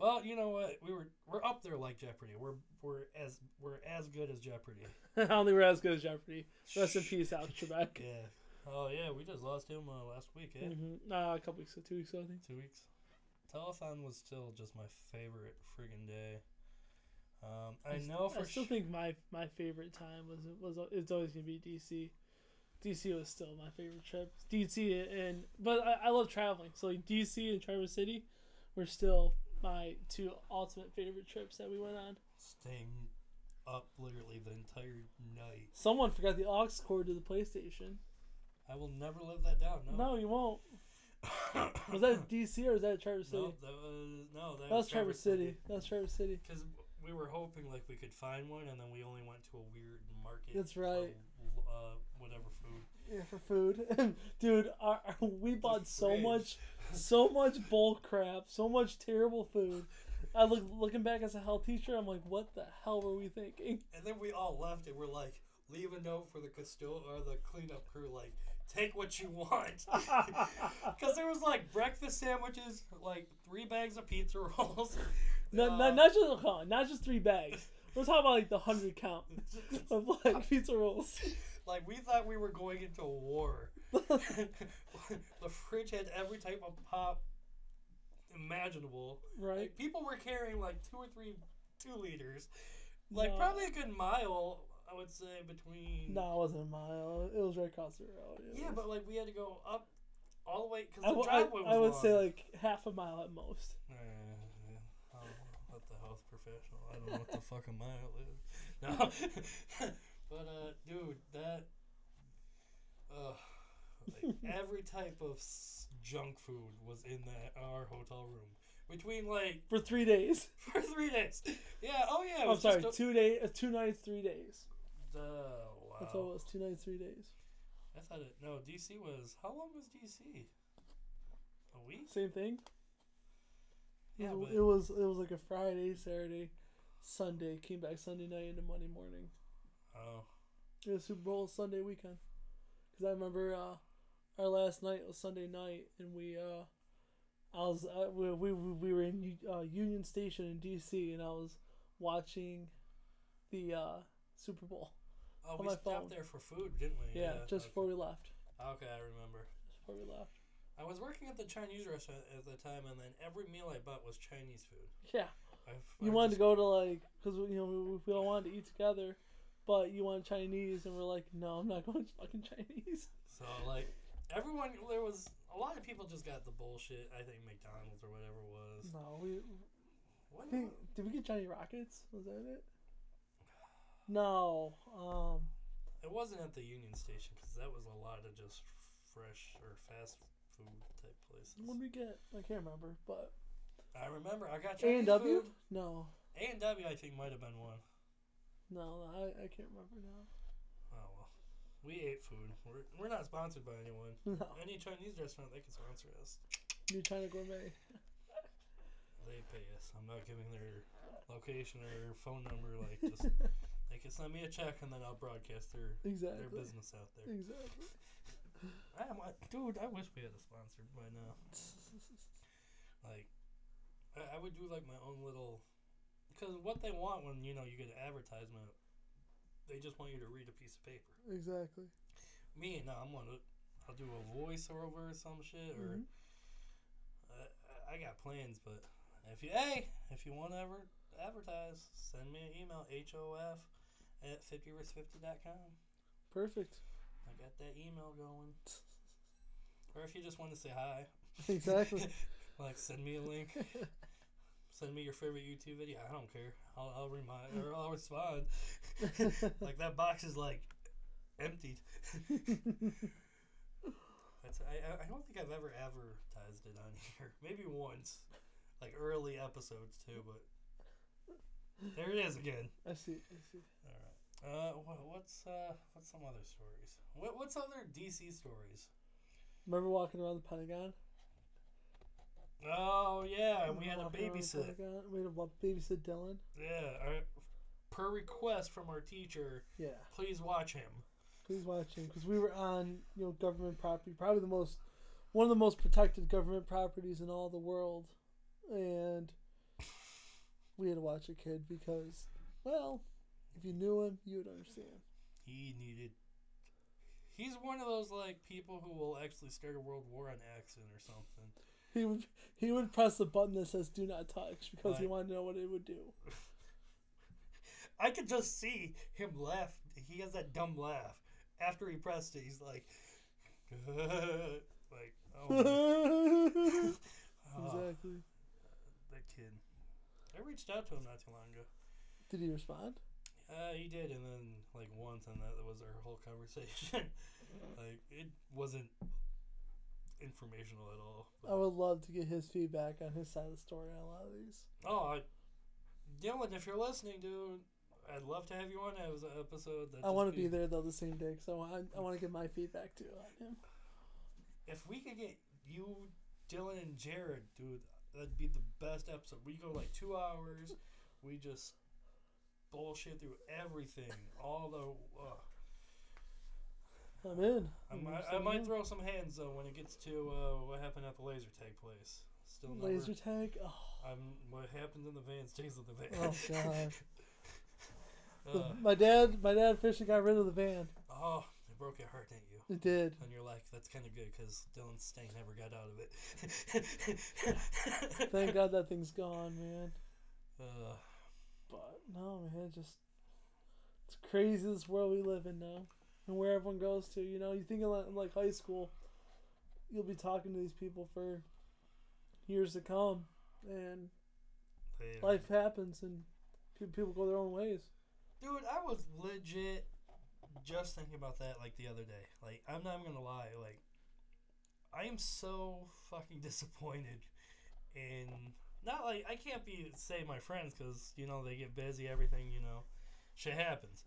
Speaker 1: Well, you know what? We were we're up there like Jeopardy. We're we're as we're as good as Jeopardy.
Speaker 2: I don't think we're as good as Jeopardy. *laughs* Rest in
Speaker 1: Shh.
Speaker 2: peace, Alex Trebek.
Speaker 1: Yeah. Oh yeah, we just lost him uh, last week. Eh?
Speaker 2: hmm Uh, a couple weeks, two weeks ago, I think.
Speaker 1: Two weeks. Telethon was still just my favorite friggin' day. Um, I
Speaker 2: s-
Speaker 1: know for
Speaker 2: I still
Speaker 1: sh-
Speaker 2: think my my favorite time was was it's always gonna be DC. DC was still my favorite trip. DC and but I, I love traveling, so like DC and Traverse City were still my two ultimate favorite trips that we went on.
Speaker 1: staying up literally the entire night.
Speaker 2: Someone forgot the aux cord to the PlayStation.
Speaker 1: I will never live that down. No.
Speaker 2: No, you won't.
Speaker 1: *laughs* *clears throat*
Speaker 2: Was that DC or was that Traverse City?
Speaker 1: no, that was no. That,
Speaker 2: that was
Speaker 1: Traverse
Speaker 2: Traverse City. That was Traverse City.
Speaker 1: Because we were hoping like we could find one, and then we only went to a weird market.
Speaker 2: That's right.
Speaker 1: For, uh, whatever food.
Speaker 2: Yeah, for food, *laughs* dude. Our, our- we bought so
Speaker 1: fridge.
Speaker 2: much, so much bull crap, so much terrible food. I look looking back as a health teacher. I'm like, what the hell were we thinking? *laughs*
Speaker 1: And then we all left, and we're like, leave a note for the custo or the cleanup crew, like, take what you
Speaker 2: *laughs*
Speaker 1: want, because there was like breakfast sandwiches, like three bags of pizza
Speaker 2: *laughs*
Speaker 1: rolls.
Speaker 2: Not,
Speaker 1: uh,
Speaker 2: not, not just hold on, not just three bags. We're talking about like the hundred count *laughs* of like pizza rolls.
Speaker 1: *laughs*
Speaker 2: *laughs*
Speaker 1: Like we thought we were going into war. *laughs* the fridge had every type of pop imaginable.
Speaker 2: Right?
Speaker 1: *laughs* Like people were carrying like two or three two liters, like
Speaker 2: No.
Speaker 1: probably a good mile, I would say between.
Speaker 2: No, it wasn't a mile. It was right across the road. It
Speaker 1: Yeah,
Speaker 2: was-
Speaker 1: but like we had to go up all the way because
Speaker 2: I,
Speaker 1: the
Speaker 2: w- I-
Speaker 1: driveway was
Speaker 2: I would
Speaker 1: long.
Speaker 2: say like half a mile at most.
Speaker 1: Uh, yeah. I don't know about the health professional. I don't know *laughs* what the fuck a mile *laughs* is. No, but *laughs* uh, dude, that uh,
Speaker 2: *laughs*
Speaker 1: like every type of s- junk food was in that our hotel room between like *laughs*
Speaker 2: For three days.
Speaker 1: for three days. Yeah. Oh yeah. it
Speaker 2: I'm
Speaker 1: was
Speaker 2: sorry,
Speaker 1: just
Speaker 2: two day, uh, two nights, three days.
Speaker 1: a- uh,
Speaker 2: That's all it
Speaker 1: wow.
Speaker 2: was. Two nights, three days.
Speaker 1: I thought it. No, DC was. How long was DC? A week.
Speaker 2: Same thing.
Speaker 1: Yeah,
Speaker 2: it,
Speaker 1: but-
Speaker 2: it was it was like a Friday, Saturday, Sunday. Came back Sunday night into Monday morning.
Speaker 1: Oh.
Speaker 2: It was Super Bowl Sunday weekend. Cause I remember uh, our last night was Sunday night, and we uh, I was uh, we, we we we were in U- uh, Union Station in D.C. and I was watching the uh, Super Bowl.
Speaker 1: Oh,
Speaker 2: On
Speaker 1: we
Speaker 2: my
Speaker 1: stopped
Speaker 2: phone.
Speaker 1: there for food, didn't we?
Speaker 2: Yeah, just
Speaker 1: okay.
Speaker 2: before we left.
Speaker 1: Okay, I remember.
Speaker 2: Just before we left.
Speaker 1: I was working at the Chinese restaurant at the time, and then every meal I bought was Chinese food.
Speaker 2: Yeah.
Speaker 1: I,
Speaker 2: You wanted to go to like, cause you know we, we all wanted to eat together, but you wanted Chinese, and we're like, no, I'm not *laughs* going to fucking Chinese.
Speaker 1: So like everyone, there was a lot of people just got the bullshit. I think McDonald's or whatever it was.
Speaker 2: *laughs* No, we
Speaker 1: What?
Speaker 2: I think- did. We get Johnny Rockets? Was that it? No. Um.
Speaker 1: It wasn't at the Union Station because that was a lot of just fresh or fast food type places.
Speaker 2: What did we get? I can't remember. But
Speaker 1: I remember I got
Speaker 2: A
Speaker 1: Chinese
Speaker 2: and W.
Speaker 1: food.
Speaker 2: No.
Speaker 1: A and W, I think might have been one.
Speaker 2: No, I, I can't remember now. *laughs*
Speaker 1: Oh well, we ate food. We're we're not sponsored by anyone.
Speaker 2: No,
Speaker 1: Any Chinese restaurant, they can sponsor us.
Speaker 2: New China *laughs* Gourmet.
Speaker 1: They pay us. I'm not giving their location or phone number. Like,
Speaker 2: *laughs*
Speaker 1: just they can send me a check and then I'll broadcast their their
Speaker 2: Exactly.
Speaker 1: business out there.
Speaker 2: Exactly.
Speaker 1: I am, I, dude. I wish we had a sponsor by now. Like, I, I would do like my own little, because what they want when you know you get an advertisement, they just want you to read a piece of paper.
Speaker 2: Exactly.
Speaker 1: Me, no, I'm gonna, I'll do a voiceover or some shit or. uh,
Speaker 2: Mhm.
Speaker 1: I, I got plans, but if you hey, if you want to ever advertise, send me an email hof at fiftyrisk50.com.
Speaker 2: Perfect.
Speaker 1: I got that email going. Or if you just want to say hi,
Speaker 2: Exactly.
Speaker 1: *laughs* like send me a link, send me your favorite YouTube video. I don't care. I'll, I'll remind or I'll respond. like that box is like emptied. That's, I, I- I don't think I've ever advertised *laughs* it on here. Maybe once, like early episodes too. But There it is again.
Speaker 2: *laughs* I see. I see.
Speaker 1: All right. Uh, wha- what's uh, what's some other stories? What what's other DC stories?
Speaker 2: Remember walking around the Pentagon?
Speaker 1: Oh yeah, we
Speaker 2: Remember
Speaker 1: had a
Speaker 2: walking around the
Speaker 1: babysit.
Speaker 2: Pentagon? We had a wa- babysit Dylan.
Speaker 1: Yeah, our, per request from our teacher,
Speaker 2: Yeah.
Speaker 1: please watch him.
Speaker 2: Please watch him because we were on you know government property, probably the most one of the most protected government properties in all the world, and we had to watch a kid because well, if you knew him, you would understand.
Speaker 1: He needed. He's one of those like people who will actually start a world war on accident or something.
Speaker 2: He would he would press the button that says "Do not touch" because he
Speaker 1: Right.
Speaker 2: wanted to know what it would do.
Speaker 1: I could just see him laugh. He has that dumb laugh after he pressed it. He's like, *laughs* like oh,
Speaker 2: *laughs*
Speaker 1: my- oh,
Speaker 2: exactly.
Speaker 1: that kid. I reached out to him not too long ago.
Speaker 2: Did he respond?
Speaker 1: Uh, he did, and then like once, and that was our whole *laughs* conversation. like it wasn't informational at all. but-
Speaker 2: I would love to get his feedback on his side of the story on a lot of these.
Speaker 1: Oh, I, Dylan, if you're listening, dude, I'd love to have you on as an episode. That'd
Speaker 2: I
Speaker 1: just
Speaker 2: want to be there though the same day because I want I want to get my feedback too on him.
Speaker 1: If we could get you, Dylan, and Jared, dude, that'd be the best episode. We go like two hours. We just bullshit through everything. All the. Uh,
Speaker 2: I'm in.
Speaker 1: I
Speaker 2: I'm
Speaker 1: might, I
Speaker 2: so
Speaker 1: might
Speaker 2: in.
Speaker 1: throw some hands though when it gets to uh, what happened at the laser tag place. Still never.
Speaker 2: laser tag. Oh,
Speaker 1: I'm, what happens in the van stays in the van.
Speaker 2: oh god.
Speaker 1: *laughs*
Speaker 2: The-
Speaker 1: uh,
Speaker 2: my dad my dad officially got rid of the van.
Speaker 1: oh, it broke your heart, didn't you? *laughs*
Speaker 2: It did.
Speaker 1: And you're like, that's kind of good because Dylan Stain never got out *laughs* of it.
Speaker 2: Thank God that thing's gone, man.
Speaker 1: Uh,
Speaker 2: But no, man, just it's crazy this world we live in now, and where everyone goes to. You know, you think in like, in, like high school, you'll be talking to these people for years to come, and
Speaker 1: they-
Speaker 2: life happens, and pe- people go their own ways.
Speaker 1: Dude, I was legit just thinking about that like the other day. Like, I'm not even gonna lie. Like, I am so fucking *laughs* disappointed in not like I can't be say my friends because you know they get busy, everything you know, shit happens.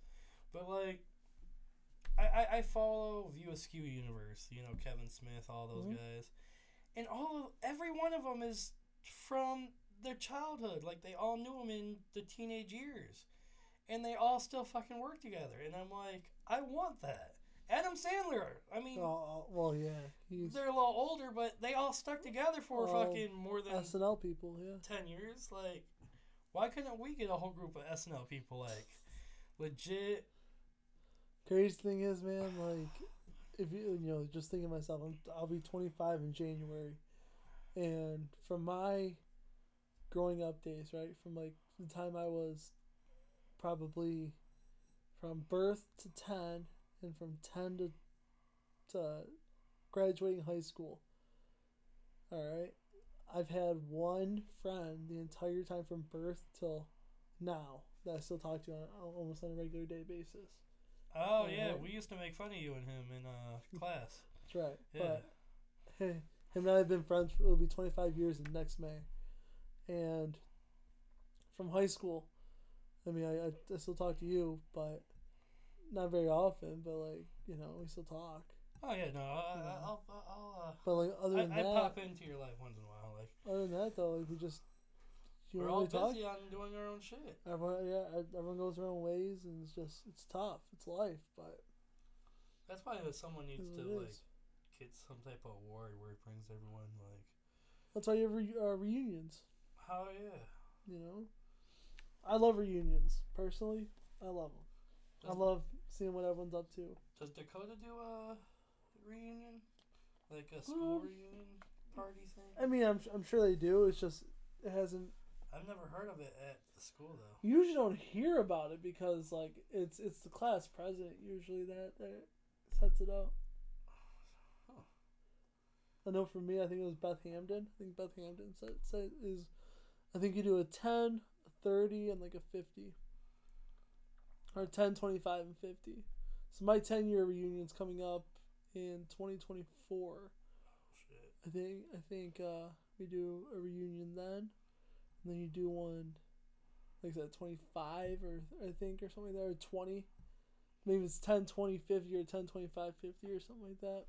Speaker 1: But like, I I, I follow View Askew Universe, you know Kevin Smith, all those
Speaker 2: Mhm.
Speaker 1: guys, and all of, every one of them is from their childhood. Like they all knew him in the teenage years, and they all still fucking work together. And I'm like, I want that. Adam Sandler. I mean,
Speaker 2: Oh well, yeah, he's
Speaker 1: they're a little older, but they all stuck together for
Speaker 2: Well,
Speaker 1: fucking more than
Speaker 2: SNL people. Yeah,
Speaker 1: ten years. Like, why couldn't we get a whole group of SNL people? Like, legit.
Speaker 2: crazy thing is, man, like if you you know, just thinking to myself, I'm, I'll be 25 in January, and from my growing up days, right, from like the time I was probably from birth to 10, and from 10 to to graduating high school. All right, I've had one friend the entire time from birth till now that I still talk to on almost on a regular day basis.
Speaker 1: Oh yeah,
Speaker 2: Alright.
Speaker 1: we used to make fun of you and him in
Speaker 2: *laughs*
Speaker 1: uh, class.
Speaker 2: That's right.
Speaker 1: Yeah.
Speaker 2: But *laughs* him and I have been friends for it'll be 25 years in next May. And from high school, I mean, I, I, I still talk to you, but not very often, but like, you know, we still talk.
Speaker 1: Oh yeah, no, I,
Speaker 2: Yeah.
Speaker 1: I- I'll, I'll,
Speaker 2: But like, other
Speaker 1: uh,
Speaker 2: than
Speaker 1: I, I
Speaker 2: that,
Speaker 1: pop into your life once in a while. Like,
Speaker 2: other than that though, like, we just, you
Speaker 1: we're
Speaker 2: know,
Speaker 1: all
Speaker 2: we talk.
Speaker 1: busy on doing our own shit.
Speaker 2: Everyone, yeah, ev- everyone goes their own ways, and it's just, it's tough. It's life, but
Speaker 1: That's why someone needs
Speaker 2: That's
Speaker 1: to
Speaker 2: what it
Speaker 1: like
Speaker 2: is.
Speaker 1: get some type of award where it brings everyone like.
Speaker 2: that's why you have re- uh, reunions.
Speaker 1: Oh yeah,
Speaker 2: You know, I love reunions personally. I love them. I
Speaker 1: Does-
Speaker 2: love seeing what everyone's up to.
Speaker 1: Does Dakota do a reunion? Like a school
Speaker 2: Um,
Speaker 1: reunion party thing?
Speaker 2: I mean, I'm I'm sure they do. It's just it hasn't.
Speaker 1: I've never heard of it at the school though.
Speaker 2: You usually don't hear about it because like it's it's the class president usually that that sets it up.
Speaker 1: Huh.
Speaker 2: I know for me, I think it was Beth Hamden. I think Beth Hamden said, said is, I think you do a 10, a 30, and like a 50. Or 10, 25, and 50. So my 10 year reunion's coming up in 2024.
Speaker 1: Shit.
Speaker 2: I think I think uh, we do a reunion then, and then you do one. like I said, 25 or I think or something like that, or 20. Maybe it's 10, 20, 50, or 10, 25, 50, or something like that.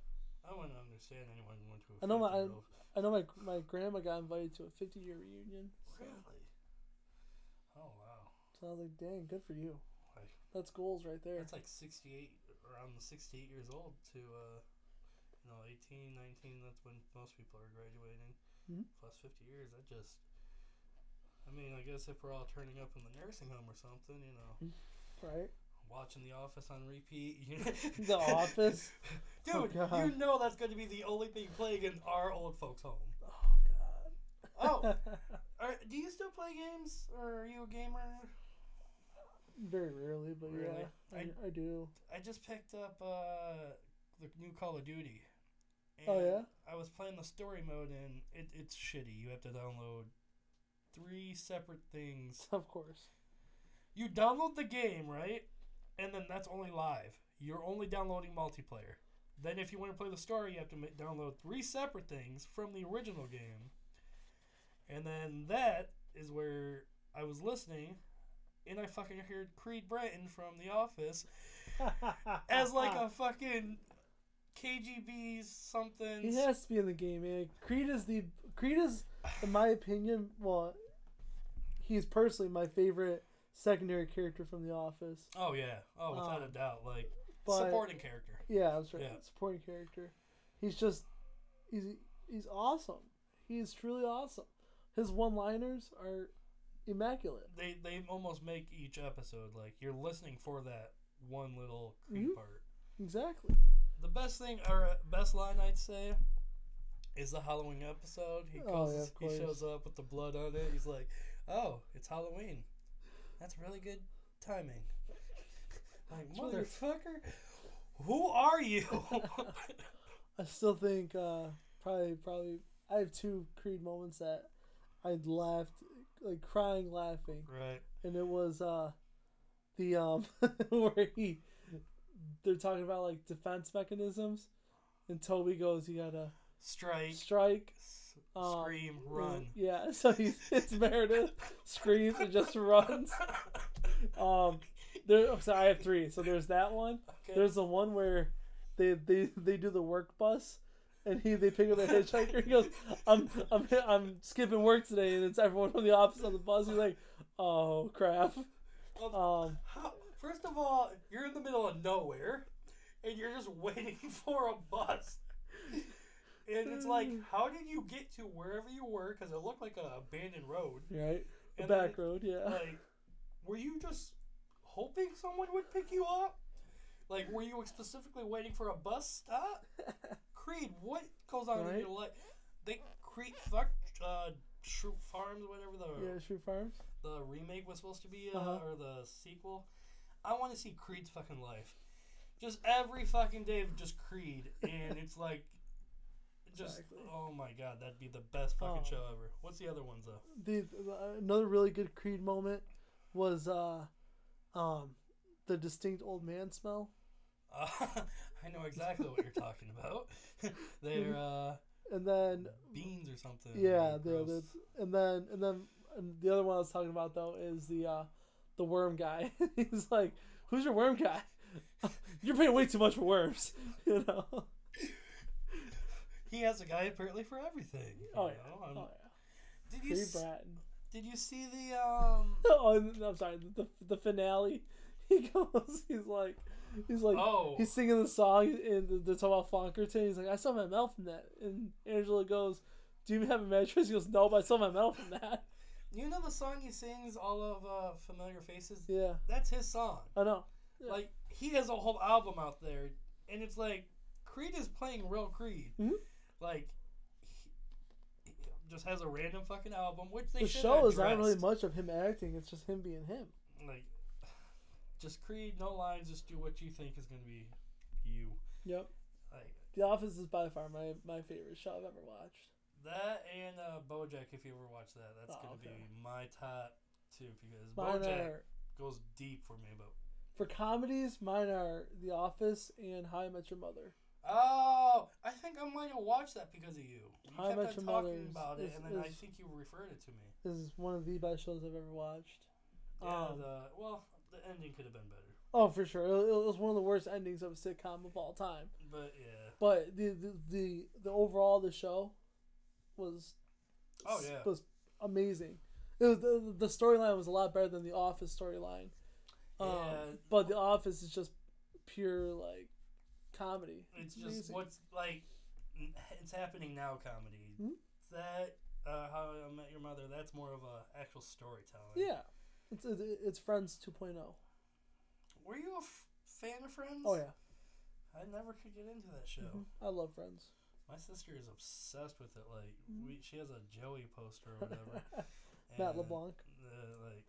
Speaker 1: I wouldn't understand anyone who went to a
Speaker 2: I know my-
Speaker 1: 50-year-old.
Speaker 2: I know my my grandma got invited to a 50 year reunion. So,
Speaker 1: Really? Oh wow.
Speaker 2: so I was like, dang, good for you.
Speaker 1: Like,
Speaker 2: That's goals right there.
Speaker 1: That's like 68, around 68 years old to, uh, you know, 18, 19. That's when most people are graduating.
Speaker 2: Mhm.
Speaker 1: Plus 50 years. That just, I mean, I guess if we're all turning up in the nursing home or something, you know,
Speaker 2: Right?
Speaker 1: watching The Office on repeat. You
Speaker 2: *laughs* The
Speaker 1: *laughs*
Speaker 2: Office? Oh,
Speaker 1: Dude, you
Speaker 2: God.
Speaker 1: know that's going to be the only thing playing in our old folks' home.
Speaker 2: Oh,
Speaker 1: Oh,
Speaker 2: *laughs* God.
Speaker 1: are, do you still play games? Or are you a gamer?
Speaker 2: Very rarely, but
Speaker 1: Really?
Speaker 2: yeah. I, I do. *laughs*
Speaker 1: I just picked up uh, the new Call of Duty.
Speaker 2: Oh, yeah?
Speaker 1: I was playing the story mode and it, it's shitty. You have to download three separate things.
Speaker 2: Of course.
Speaker 1: You download the game, right? And then that's only live. You're only downloading multiplayer. Then if you want to play the story, you have to ma- download three separate things from the original game. And then that is where I was listening and I fucking heard Creed Bratton from The Office as
Speaker 2: Ah,
Speaker 1: like a fucking KGB something.
Speaker 2: He has to be in the game, man. Creed is the Creed is, in my opinion, well, he's personally my favorite secondary character from The Office.
Speaker 1: Oh yeah. Oh, without a
Speaker 2: Um,
Speaker 1: doubt, like
Speaker 2: but-
Speaker 1: supporting character.
Speaker 2: Yeah, that's right.
Speaker 1: Yeah.
Speaker 2: Supporting character. He's just, he's he's awesome. He's truly awesome. His one-liners are immaculate.
Speaker 1: They they almost make each episode like you're listening for that one little creep
Speaker 2: Mhm.
Speaker 1: part.
Speaker 2: Exactly.
Speaker 1: The best thing or uh, best line I'd say is the Halloween episode. He
Speaker 2: Oh,
Speaker 1: goes,
Speaker 2: yeah, of
Speaker 1: he shows
Speaker 2: course.
Speaker 1: up with the blood on it. He's like, "Oh, it's Halloween. That's really good timing." *laughs* like
Speaker 2: It's really-
Speaker 1: motherfucker, who are
Speaker 2: *laughs*
Speaker 1: you?
Speaker 2: I still think uh, probably probably I have two Creed moments that I laughed like crying laughing.
Speaker 1: right.
Speaker 2: and it was uh the um *laughs* where he they're talking about like defense mechanisms and Toby goes you gotta
Speaker 1: Strike.
Speaker 2: strike
Speaker 1: s-
Speaker 2: um,
Speaker 1: scream. Run.
Speaker 2: yeah *laughs* so he hits Meredith screams and just runs um there oh, so I have three so there's that one
Speaker 1: *laughs* Okay.
Speaker 2: there's the one where they they they do the work bus and he they pick up the hitchhiker he goes I'm I'm I'm skipping work today and it's everyone from the office on the bus he's like oh crap um
Speaker 1: How, first of all, you're in the middle of nowhere, and you're just *laughs* waiting for a bus. And it's
Speaker 2: *sighs*
Speaker 1: like, how did you get to wherever you were? Because it looked like an abandoned road.
Speaker 2: Right. The
Speaker 1: And
Speaker 2: back
Speaker 1: then,
Speaker 2: road, *laughs* yeah.
Speaker 1: Like, were you just hoping someone would pick you up? Like, were you specifically waiting for a bus
Speaker 2: *laughs*
Speaker 1: stop? Creed, what goes on in
Speaker 2: Right.
Speaker 1: your life? They Creed fuck uh, Shroot Farms, whatever the
Speaker 2: yeah, Shoe Farms.
Speaker 1: the remake was supposed to be, uh,
Speaker 2: Uh-huh.
Speaker 1: or the sequel. I want to see Creed's fucking life. Just every fucking day of just Creed, and
Speaker 2: *laughs*
Speaker 1: it's like, just
Speaker 2: Exactly.
Speaker 1: oh my god, that'd be the best fucking
Speaker 2: Oh.
Speaker 1: show ever. What's the other ones though? *laughs*
Speaker 2: The, the- another really good Creed moment was uh um the distinct old man smell.
Speaker 1: Uh, I know exactly
Speaker 2: *laughs*
Speaker 1: what you're talking about. *laughs* They're uh,
Speaker 2: And then
Speaker 1: beans or something.
Speaker 2: yeah,
Speaker 1: Like,
Speaker 2: the,
Speaker 1: uh, gross.
Speaker 2: the and then and then and the other one I was talking about though is the uh the worm guy. *laughs* He's like, "Who's your worm guy? *laughs* You're paying way too much for worms." *laughs* You know.
Speaker 1: he has a guy apparently for everything. you
Speaker 2: Oh yeah.
Speaker 1: know? Um,
Speaker 2: Oh
Speaker 1: Did
Speaker 2: yeah.
Speaker 1: you
Speaker 2: Creed
Speaker 1: s-
Speaker 2: Bratton. *laughs*
Speaker 1: did you see the um?
Speaker 2: Oh, and- I'm sorry. The, the finale. *laughs* He goes. He's like. He's like.
Speaker 1: Oh,
Speaker 2: He's singing the song and they're talking about Fonkerton. He's like, I saw my mail from that. And Angela goes, Do you have a mattress? He goes, No, but I saw my mail from that. *laughs*
Speaker 1: you know the song he sings, all of uh, familiar faces.
Speaker 2: Yeah,
Speaker 1: That's his song.
Speaker 2: I know. Yeah.
Speaker 1: Like he has a whole album out there, and it's like Creed is playing real Creed.
Speaker 2: Mhm.
Speaker 1: Like he, he just has a random fucking album, which they
Speaker 2: The
Speaker 1: should
Speaker 2: show is
Speaker 1: address.
Speaker 2: not really much of him acting, it's just him being him.
Speaker 1: like just Creed, no lines, just do what you think is gonna be you.
Speaker 2: Yep.
Speaker 1: Like
Speaker 2: The Office is by far my, my favorite show I've ever watched.
Speaker 1: that and uh, BoJack. If you ever watch that, that's
Speaker 2: Oh,
Speaker 1: gonna
Speaker 2: okay.
Speaker 1: be my top two because
Speaker 2: Mine
Speaker 1: BoJack
Speaker 2: are,
Speaker 1: goes deep for me. But
Speaker 2: for comedies, mine are The Office and How I Met Your Mother.
Speaker 1: oh, I think I might have watched that because of you. You
Speaker 2: How I
Speaker 1: kept on
Speaker 2: Met Your
Speaker 1: talking
Speaker 2: Mother is-
Speaker 1: about it,
Speaker 2: is-
Speaker 1: and then I
Speaker 2: is-
Speaker 1: think you referred it to me.
Speaker 2: This is one of the best shows I've ever watched.
Speaker 1: Yeah,
Speaker 2: Um,
Speaker 1: the, well, the ending could have been better,
Speaker 2: oh, for sure. It, it was one of the worst endings of a sitcom of all time.
Speaker 1: but yeah.
Speaker 2: But the the the, the overall the show was
Speaker 1: Oh, yeah.
Speaker 2: was amazing. It was, the the storyline was a lot better than the Office storyline. Um,
Speaker 1: Yeah.
Speaker 2: But the Office is just pure like comedy.
Speaker 1: It's just
Speaker 2: amazing.
Speaker 1: what's like, n- it's happening now comedy.
Speaker 2: Mhm.
Speaker 1: That uh, how I met your mother. That's more of a actual storytelling.
Speaker 2: yeah. It's it's, it's Friends 2.0.
Speaker 1: Were you a f- fan of Friends?
Speaker 2: Oh yeah,
Speaker 1: I never could get into that show.
Speaker 2: Mhm. I love Friends.
Speaker 1: My sister is obsessed with it. Like we, she has a Joey poster
Speaker 2: *laughs*
Speaker 1: or whatever.
Speaker 2: Mm-hmm. Matt
Speaker 1: and,
Speaker 2: LeBlanc.
Speaker 1: Uh, like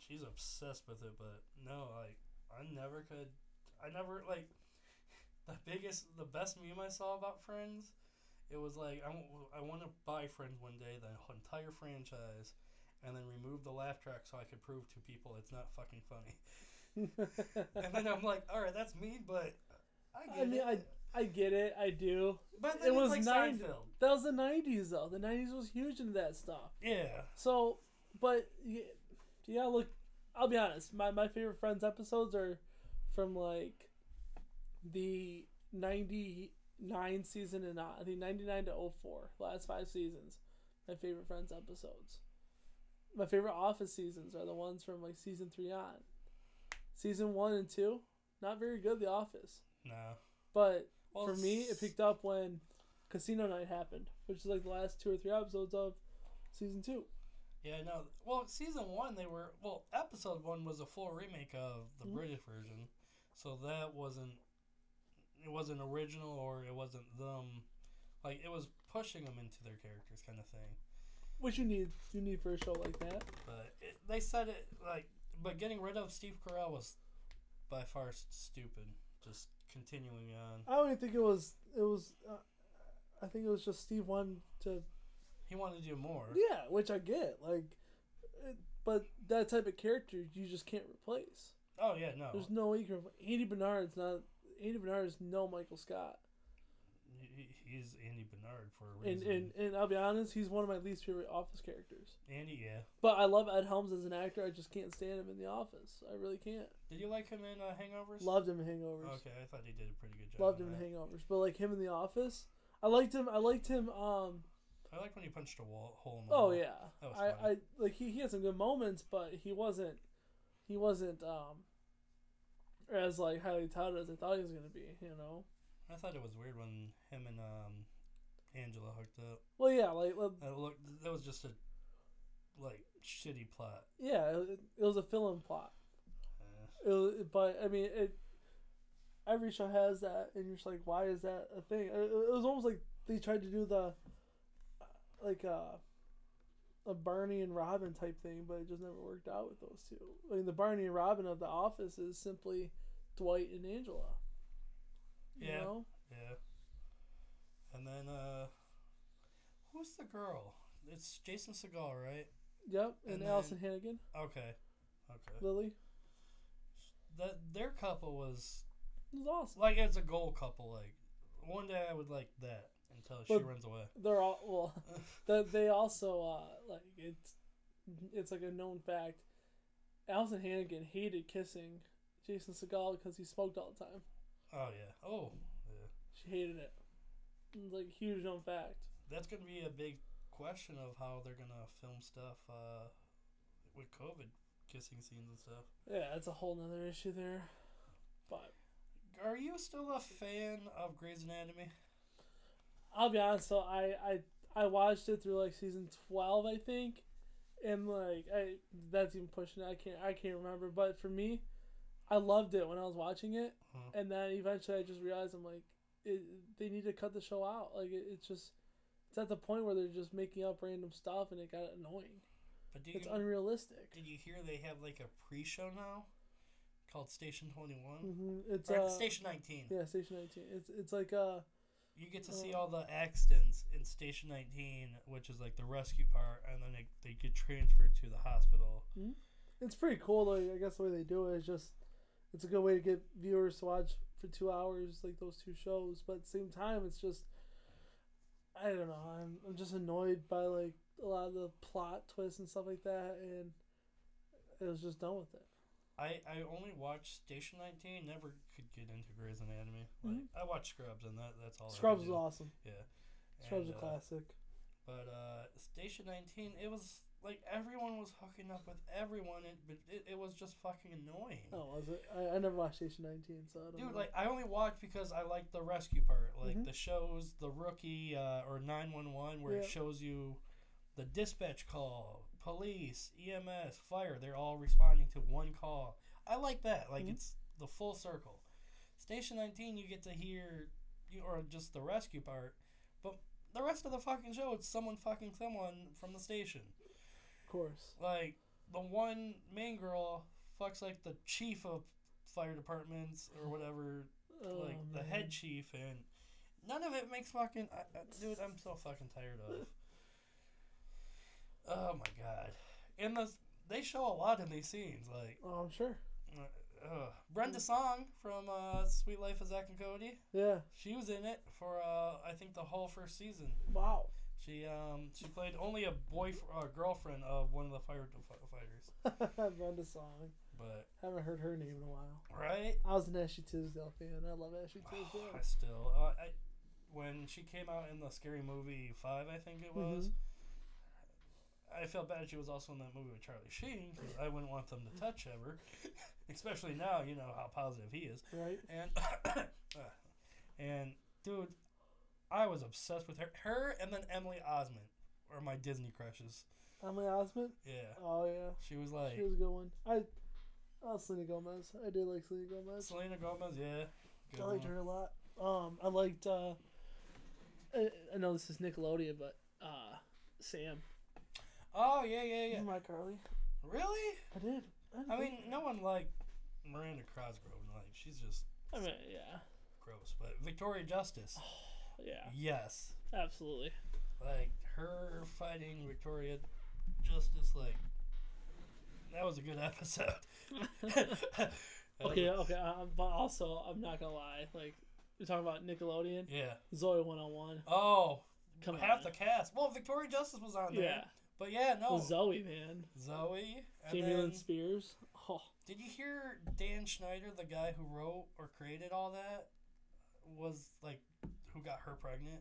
Speaker 1: she's obsessed with it, but no, like I never could. I never like *laughs* the biggest, the best meme I saw about Friends. It was like I, w- I want to buy Friends one day, the whole entire franchise, and then remove the laugh track so I could prove to people it's not fucking
Speaker 2: *laughs*
Speaker 1: funny. And then I'm like, all right, that's mean, but I
Speaker 2: *laughs* I
Speaker 1: get
Speaker 2: mean,
Speaker 1: it.
Speaker 2: I- I get it. I do.
Speaker 1: but
Speaker 2: it
Speaker 1: then
Speaker 2: was
Speaker 1: it's like
Speaker 2: 90.
Speaker 1: Seinfeld.
Speaker 2: That was the '90s though. The '90s was huge into that stuff.
Speaker 1: Yeah.
Speaker 2: So, but you, you gotta look. I'll be honest. My my favorite Friends episodes are from like the '99 season and on. I think '99 to 04. Last five seasons. My favorite Friends episodes. My favorite Office seasons are the ones from like season three on. Season one and two, not very good. The Office,
Speaker 1: No.
Speaker 2: but
Speaker 1: Well,
Speaker 2: for me,
Speaker 1: s-
Speaker 2: it picked up when Casino Night happened, which is like the last two or three episodes of season two.
Speaker 1: Yeah, no. Well, season one, they were. Well, episode one was a full remake of the
Speaker 2: Mhm.
Speaker 1: British version, so that wasn't. It wasn't original, or it wasn't them. Like it was pushing them into their characters, kind of thing.
Speaker 2: What you need, you need for a show like that.
Speaker 1: But it, they said it like, but getting rid of Steve Carell was by far s- stupid. Just continuing on,
Speaker 2: I don't even think it was. It was. Uh, I think it was just Steve wanted to.
Speaker 1: he wanted to do more.
Speaker 2: Yeah, which I get. Like, it, but that type of character you just can't replace.
Speaker 1: Oh yeah, no,
Speaker 2: There's no way you can. Andy Bernard's not. Andy Bernard's no Michael Scott.
Speaker 1: He- he- he's Andy Bernard for a
Speaker 2: And,
Speaker 1: reason.
Speaker 2: and and I'll be honest, he's one of my least favorite Office characters.
Speaker 1: Andy, yeah.
Speaker 2: But I love Ed Helms as an actor. I just can't stand him in The Office. I really can't.
Speaker 1: Did you like him in uh, Hangovers?
Speaker 2: Loved him in Hangovers.
Speaker 1: Okay, I thought he did a pretty good job.
Speaker 2: Loved
Speaker 1: in
Speaker 2: him in
Speaker 1: that.
Speaker 2: Hangovers. But like him in The Office, I liked him. I liked him. Um,
Speaker 1: I like when he punched a wall hole in the
Speaker 2: Oh
Speaker 1: wall.
Speaker 2: yeah,
Speaker 1: That was
Speaker 2: I, I
Speaker 1: funny.
Speaker 2: like he, he had some good moments, but he wasn't he wasn't um as like highly touted as I thought he was gonna be. You know,
Speaker 1: I thought it was weird when him and um, Angela hooked up.
Speaker 2: well yeah, like well,
Speaker 1: That looked that was just a like shitty plot.
Speaker 2: yeah, it, it was a fill-in plot.
Speaker 1: Uh,
Speaker 2: It was, but I mean, it every show has that, and you're just like, why is that a thing? It, it was almost like they tried to do the like uh a Barney and Robin type thing, but it just never worked out with those two. I mean, the Barney and Robin of The Office is simply Dwight and Angela. You
Speaker 1: Yeah.
Speaker 2: know?
Speaker 1: yeah. And then uh, who's the girl? It's Jason Segal, right?
Speaker 2: Yep. And,
Speaker 1: And
Speaker 2: Allison Hannigan,
Speaker 1: Okay, okay.
Speaker 2: Lily,
Speaker 1: That their couple was
Speaker 2: it was awesome.
Speaker 1: like as a goal couple. Like one day I would like that until she
Speaker 2: But-
Speaker 1: runs away. *laughs* Oh,
Speaker 2: They're all well. *laughs* they they also uh like it's it's like a known fact. Allison Hannigan hated kissing Jason Segal because he smoked all the time.
Speaker 1: Oh yeah. Oh yeah.
Speaker 2: She hated it. It's like a huge known fact.
Speaker 1: that's going to be a big question of how they're going to film stuff uh, with COVID kissing scenes and stuff.
Speaker 2: Yeah, that's a whole nother issue there. But
Speaker 1: Are you still a fan of Grey's Anatomy?
Speaker 2: I'll be honest, so I I I watched it through like season twelve, I think, and like I that's even pushing it. I can't I can't remember, but for me, I loved it when I was watching it,
Speaker 1: Mhm.
Speaker 2: and then eventually I just realized I'm like, it, they need to cut the show out. Like it, it's just it's at the point where they're just making up random stuff, and it got annoying.
Speaker 1: But do you,
Speaker 2: It's unrealistic.
Speaker 1: did you hear they have like a pre-show now called Station 21?
Speaker 2: hmm It's
Speaker 1: Or
Speaker 2: uh,
Speaker 1: Station 19.
Speaker 2: yeah, Station 19. It's it's like uh
Speaker 1: You get to see
Speaker 2: Oh.
Speaker 1: all the accidents in Station 19, which is like the rescue part, and then they, they get transferred to the hospital.
Speaker 2: it's pretty cool though. I guess the way they do it is just it's a good way to get viewers to watch for two hours like those two shows. But at the same time, it's just I don't know. I'm I'm just annoyed by like a lot of the plot twists and stuff like that, and it was just done with it.
Speaker 1: I, I only watched Station 19. Never could get into Grey's Anatomy. Like I watched Scrubs, and that that's all. I could
Speaker 2: Mm-hmm. Scrubs was
Speaker 1: do.
Speaker 2: awesome.
Speaker 1: Oh, Yeah.
Speaker 2: Scrubs
Speaker 1: And,
Speaker 2: a
Speaker 1: uh,
Speaker 2: classic.
Speaker 1: But uh, Station 19, it was like everyone was hooking up with everyone. It but it, it was just fucking annoying.
Speaker 2: Oh, was it? I, I never watched Station 19, so I don't
Speaker 1: Dude,
Speaker 2: know.
Speaker 1: like I only watched because I liked the rescue part, like
Speaker 2: Mhm.
Speaker 1: the shows, the rookie uh, or nine one one, where
Speaker 2: Yeah.
Speaker 1: it shows you the dispatch call, police, EMS, fire. They're all responding to one call. I like that. Like
Speaker 2: Mhm.
Speaker 1: it's the full circle. Station nineteen, you get to hear, you, or just the rescue part, but the rest of the fucking show, it's someone fucking someone from the station.
Speaker 2: of course.
Speaker 1: Like the one main girl fucks like the chief of fire departments or whatever
Speaker 2: Oh,
Speaker 1: like the
Speaker 2: man.
Speaker 1: head chief and none of it makes fucking I, I, dude i'm so fucking tired of oh my god and the, they show a lot in these scenes like
Speaker 2: Oh, I'm sure.
Speaker 1: uh, brenda song from uh, sweet life of zach and cody
Speaker 2: Yeah.
Speaker 1: she was in it for uh, i think the whole first season
Speaker 2: Wow. *laughs*
Speaker 1: she um she played only a boyfriend or girlfriend of one of the firefighters
Speaker 2: Brenda Song.
Speaker 1: but
Speaker 2: Haven't heard her name in a while.
Speaker 1: right
Speaker 2: I was an Ashley Tisdale fan. I love Ashley Tisdale.
Speaker 1: *sighs* I still, uh, I, when she came out in the scary movie five, I think it was. I felt bad she was also in that movie with Charlie Sheen because I wouldn't want them to touch ever, especially now you know how positive he is.
Speaker 2: right?
Speaker 1: And *coughs* uh, and dude, I was obsessed with her. Her and then Emily Osment are my Disney crushes.
Speaker 2: Emily Osment.
Speaker 1: Yeah,
Speaker 2: Oh yeah,
Speaker 1: she was like
Speaker 2: she was a good one. I, oh Selena Gomez. I did like Selena Gomez.
Speaker 1: Selena Gomez. Yeah, good
Speaker 2: I liked
Speaker 1: one.
Speaker 2: her a lot. Um, I liked. uh I, I know this is Nickelodeon, but uh Sam.
Speaker 1: Oh yeah, yeah, yeah.
Speaker 2: My Carly.
Speaker 1: Really?
Speaker 2: I did. didn't
Speaker 1: I
Speaker 2: think-
Speaker 1: mean, no one liked Miranda Cosgrove. Like she's just
Speaker 2: I mean, yeah,
Speaker 1: gross, but Victoria
Speaker 2: *sighs*
Speaker 1: Justice. *laughs*
Speaker 2: yeah,
Speaker 1: Yes. *laughs*
Speaker 2: absolutely.
Speaker 1: Like her fighting Victoria Justice like that was a good *laughs* episode. That was-
Speaker 2: *laughs*
Speaker 1: *laughs*
Speaker 2: Okay, okay, um, but also I'm not gonna lie. Like you're talking about Nickelodeon,
Speaker 1: Yeah.
Speaker 2: Zoe 101.
Speaker 1: Oh,
Speaker 2: Come
Speaker 1: half
Speaker 2: on.
Speaker 1: the Oh. cast. Well, Victoria Justice was on there.
Speaker 2: yeah,
Speaker 1: But yeah, no.
Speaker 2: Zoe, man.
Speaker 1: Zoe. And
Speaker 2: Jamie Lynn
Speaker 1: then-
Speaker 2: Spears. *laughs* Oh,
Speaker 1: did you hear Dan Schneider, the guy who wrote or created all that, was like who got her pregnant?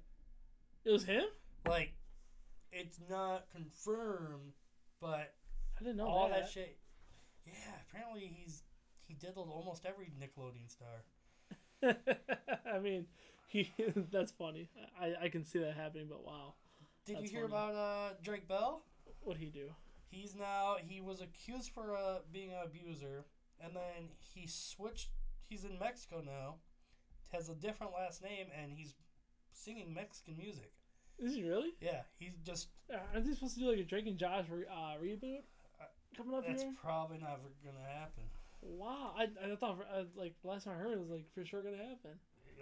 Speaker 2: it was him.
Speaker 1: Like, it's not confirmed, but
Speaker 2: I didn't know
Speaker 1: all
Speaker 2: that.
Speaker 1: that. shit. Yeah, apparently he's he diddled almost every Nickelodeon star.
Speaker 2: *laughs* I mean, he. *laughs* that's funny. I, I can see that happening, but wow,
Speaker 1: Did
Speaker 2: That's
Speaker 1: you hear
Speaker 2: funny.
Speaker 1: about uh, Drake Bell?
Speaker 2: what'd he do?
Speaker 1: He's now he was accused for uh, being an abuser, and then he switched. He's in Mexico now, has a different last name, and he's singing Mexican music.
Speaker 2: Is he really?
Speaker 1: Yeah, he's just
Speaker 2: Uh, Aren't they supposed to do like a Drake and Josh re- uh, reboot coming up
Speaker 1: that's
Speaker 2: here?
Speaker 1: probably never gonna happen.
Speaker 2: Wow, I, I thought for, I, like last time I heard it was like for sure gonna happen.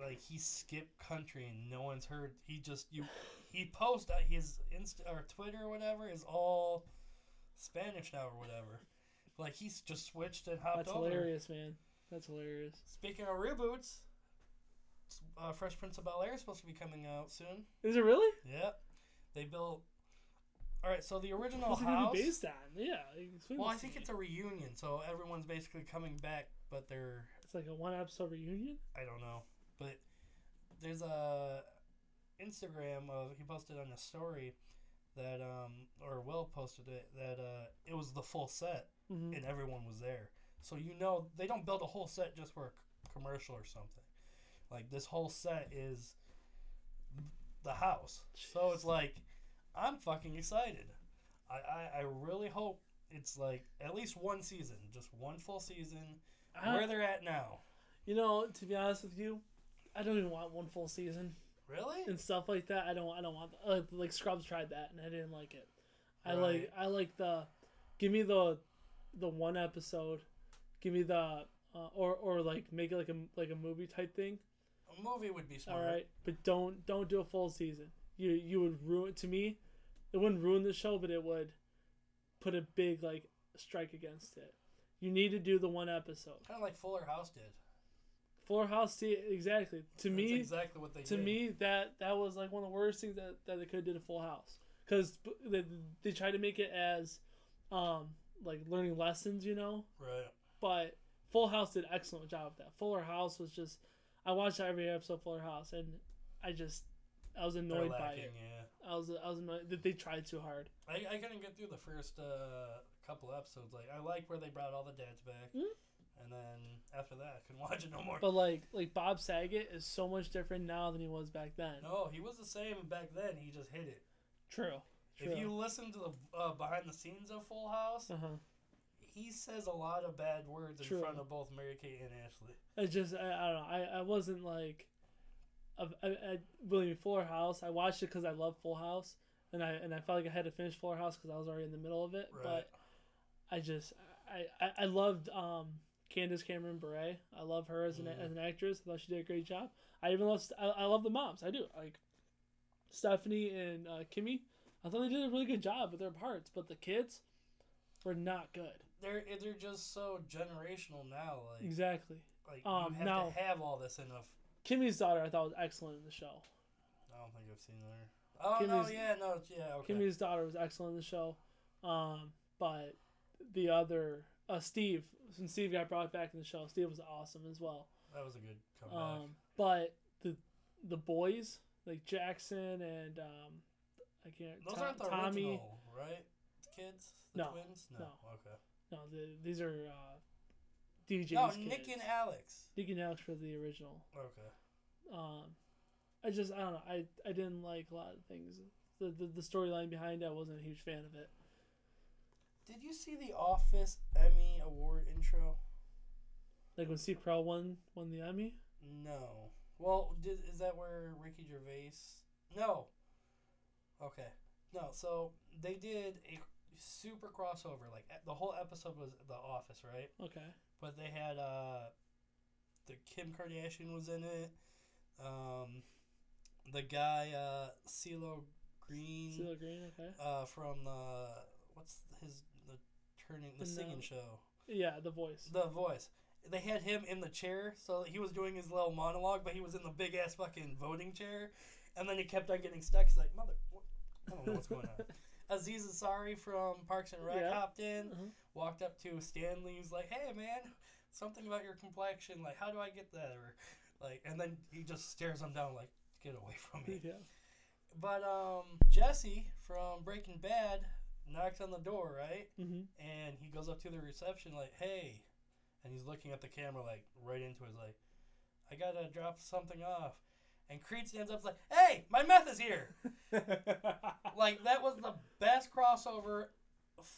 Speaker 1: Like he skipped country and no one's heard. He just you he posts on his Insta or Twitter or whatever is all Spanish now or whatever. Like he's just switched and hopped
Speaker 2: That's
Speaker 1: over.
Speaker 2: hilarious, man. That's hilarious.
Speaker 1: Speaking of reboots, s- uh, Fresh Prince of Bel Air is supposed to be coming out soon.
Speaker 2: Is it really?
Speaker 1: Yep, they built. All right, so the original
Speaker 2: What's it gonna
Speaker 1: house.
Speaker 2: be based on? Yeah. explain
Speaker 1: Well, I
Speaker 2: this to
Speaker 1: think
Speaker 2: me.
Speaker 1: it's a reunion, so everyone's basically coming back, but they're
Speaker 2: it's like a one episode reunion.
Speaker 1: I don't know, but there's a Instagram of he posted on a story that um or Will posted it that uh it was the full set
Speaker 2: Mm-hmm.
Speaker 1: and everyone was there, so you know they don't build a whole set just for a c- commercial or something. Like this whole set is the house, so it's like I'm fucking excited. I, I I really hope it's like at least one season, just one full season. Where they're at now,
Speaker 2: you know, to be honest with you, I don't even want one full season.
Speaker 1: really?
Speaker 2: and stuff like that. I don't. I don't want. Uh, like Scrubs tried that, and I didn't like it. I like.
Speaker 1: Right.
Speaker 2: I like the. Give me the, the one episode. Give me the. Uh, or or like make it like a like a movie type thing.
Speaker 1: A movie would be smart.
Speaker 2: All right, but don't don't do a full season. You you would ruin to me. It wouldn't ruin the show, but it would put a big like strike against it. You need to do the one episode.
Speaker 1: Kind of like Fuller House did.
Speaker 2: Fuller House, see exactly. To
Speaker 1: That's
Speaker 2: me,
Speaker 1: exactly what they
Speaker 2: to
Speaker 1: did.
Speaker 2: me that that was like one of the worst things that, that they could have did in full house because they, they tried to make it as um like learning lessons, you know.
Speaker 1: Right.
Speaker 2: But Full House did an excellent job of that. Fuller House was just I watched every episode of Fuller House and I just I was
Speaker 1: They're
Speaker 2: annoyed by
Speaker 1: lacking,
Speaker 2: it.
Speaker 1: Yeah.
Speaker 2: I was I was annoyed that they tried too hard.
Speaker 1: I, I couldn't get through the first uh, couple episodes. Like I like where they brought all the dads back,
Speaker 2: Mm.
Speaker 1: and then after that, I couldn't *laughs* watch it no more.
Speaker 2: But like like Bob Saget is so much different now than he was back then.
Speaker 1: no, he was the same back then. He just hit it.
Speaker 2: True. True.
Speaker 1: If you listen to the uh, behind the scenes of Full House,
Speaker 2: uh-huh.
Speaker 1: he says a lot of bad words in
Speaker 2: True.
Speaker 1: front of both Mary Kate and Ashley.
Speaker 2: It's just I, I don't know. I, I wasn't like, I, I, I believe me, Fuller House. I watched it because I love Full House, and I and I felt like I had to finish Fuller House because I was already in the middle of it.
Speaker 1: Right.
Speaker 2: But I just I, I, I loved um Candace Cameron Bure. I love her as an
Speaker 1: Mhm.
Speaker 2: as an actress. I thought she did a great job. I even love I, I love the moms. I do like Stephanie and uh, Kimmy. I thought they did a really good job with their parts, but the kids were not good.
Speaker 1: They're they're just so generational now. Like
Speaker 2: Exactly.
Speaker 1: like
Speaker 2: Um,
Speaker 1: you have
Speaker 2: now-
Speaker 1: to have all this in a. F-
Speaker 2: Kimmy's daughter, I thought was excellent in the show.
Speaker 1: I don't think I've seen her. Oh no,
Speaker 2: Kimmy's-
Speaker 1: yeah, no, it's- yeah, okay.
Speaker 2: Kimmy's daughter was excellent in the show, um, but the other uh, Steve, since Steve got brought back in the show, Steve was awesome as well.
Speaker 1: that was a good comeback.
Speaker 2: Um, but the the boys like Jackson and um, I can't
Speaker 1: Those
Speaker 2: Tom-
Speaker 1: aren't the
Speaker 2: Tommy.
Speaker 1: original, right? Kids, the
Speaker 2: No,
Speaker 1: twins. No,
Speaker 2: no.
Speaker 1: okay.
Speaker 2: No, the, these are uh, DJ's
Speaker 1: no,
Speaker 2: kids.
Speaker 1: Nick and Alex.
Speaker 2: Nick and Alex were the original.
Speaker 1: Okay.
Speaker 2: Um, I just I don't know. I I didn't like a lot of things. The the, the storyline behind it, I wasn't a huge fan of it.
Speaker 1: Did you see the Office Emmy Award intro?
Speaker 2: Like when Steve Carell won won the Emmy.
Speaker 1: No. Well, did, is that where Ricky Gervais? No. Okay. No. So they did a super crossover. Like e- the whole episode was The Office, right?
Speaker 2: Okay.
Speaker 1: But they had uh, the Kim Kardashian was in it. Um, the guy uh, CeeLo Green.
Speaker 2: CeeLo Green, okay.
Speaker 1: uh, from the what's his the turning the
Speaker 2: The
Speaker 1: singing
Speaker 2: note.
Speaker 1: show,
Speaker 2: Yeah, the voice.
Speaker 1: The Voice. They had him in the chair, so he was doing his little monologue, but he was in the big ass fucking voting chair, and then he kept on getting stuck. He's like, "Mother, what? I don't know what's going
Speaker 2: *laughs*
Speaker 1: on." Aziz Ansari from Parks and Rec
Speaker 2: Yeah.
Speaker 1: hopped in,
Speaker 2: Uh-huh.
Speaker 1: walked up to Stanley. He's like, "Hey, man, something about your complexion. Like, how do I get that?" Or like, and then he just stares him down, like, "Get away from me."
Speaker 2: *laughs* yeah.
Speaker 1: But um, Jesse from Breaking Bad knocks on the door, right? *laughs*
Speaker 2: hmm
Speaker 1: And he goes up to the reception like, "Hey," and he's looking at the camera like right into his like, "I gotta drop something off." And Creed stands up like, "Hey, my meth is here!" like that was the best crossover f-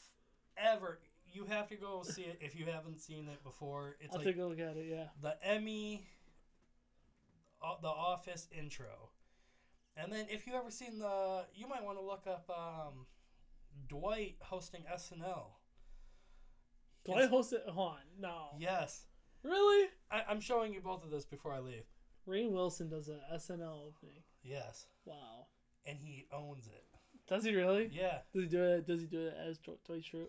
Speaker 1: ever. You have to go see it if you haven't seen it before. It's
Speaker 2: I'll
Speaker 1: like
Speaker 2: take a look at it, yeah.
Speaker 1: the Emmy, uh, the Office intro, and then if you ever seen the, you might want to look up um, Dwight hosting SNL.
Speaker 2: Do I host it? Hold on. No.
Speaker 1: Yes,
Speaker 2: Really?
Speaker 1: I, I'm showing you both of this before I leave.
Speaker 2: Rain Wilson does a SNL opening.
Speaker 1: Yes,
Speaker 2: Wow.
Speaker 1: and he owns it.
Speaker 2: Does he really?
Speaker 1: Yeah,
Speaker 2: Does he do it? Does he do it as Dro- Dwight Schrute?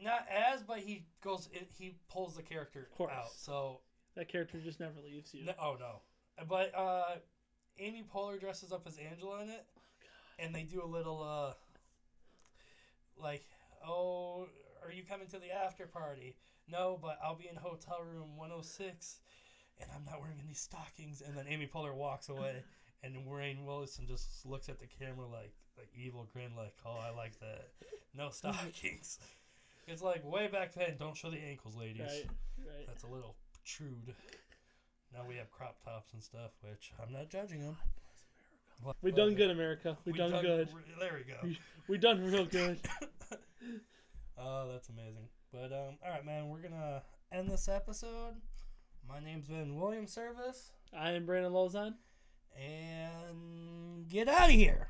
Speaker 1: not as, but he goes, it, he pulls the character
Speaker 2: Of course.
Speaker 1: out. So,
Speaker 2: That character just never leaves you.
Speaker 1: no, oh no, but uh, Amy Poehler dresses up as Angela in it. and they do a little uh like oh are you coming to the after party no but i'll be in hotel room 106 and i'm not wearing any stockings and then amy poehler walks
Speaker 2: *laughs*
Speaker 1: away and Rainn Wilson just looks at the camera like like evil grin like oh i like that
Speaker 2: *laughs*
Speaker 1: no stockings it's like way back then don't show the ankles ladies
Speaker 2: Right. Right.
Speaker 1: that's a little protrude now we have crop tops and stuff which i'm not judging them
Speaker 2: We done good, America. We,
Speaker 1: We
Speaker 2: done, good.
Speaker 1: there we go
Speaker 2: We done real good.
Speaker 1: *laughs* Oh, that's amazing. But um, all right, man, we're gonna end this episode. My name's Ben William Service,
Speaker 2: I am Brandon Lozon.
Speaker 1: and get out of here.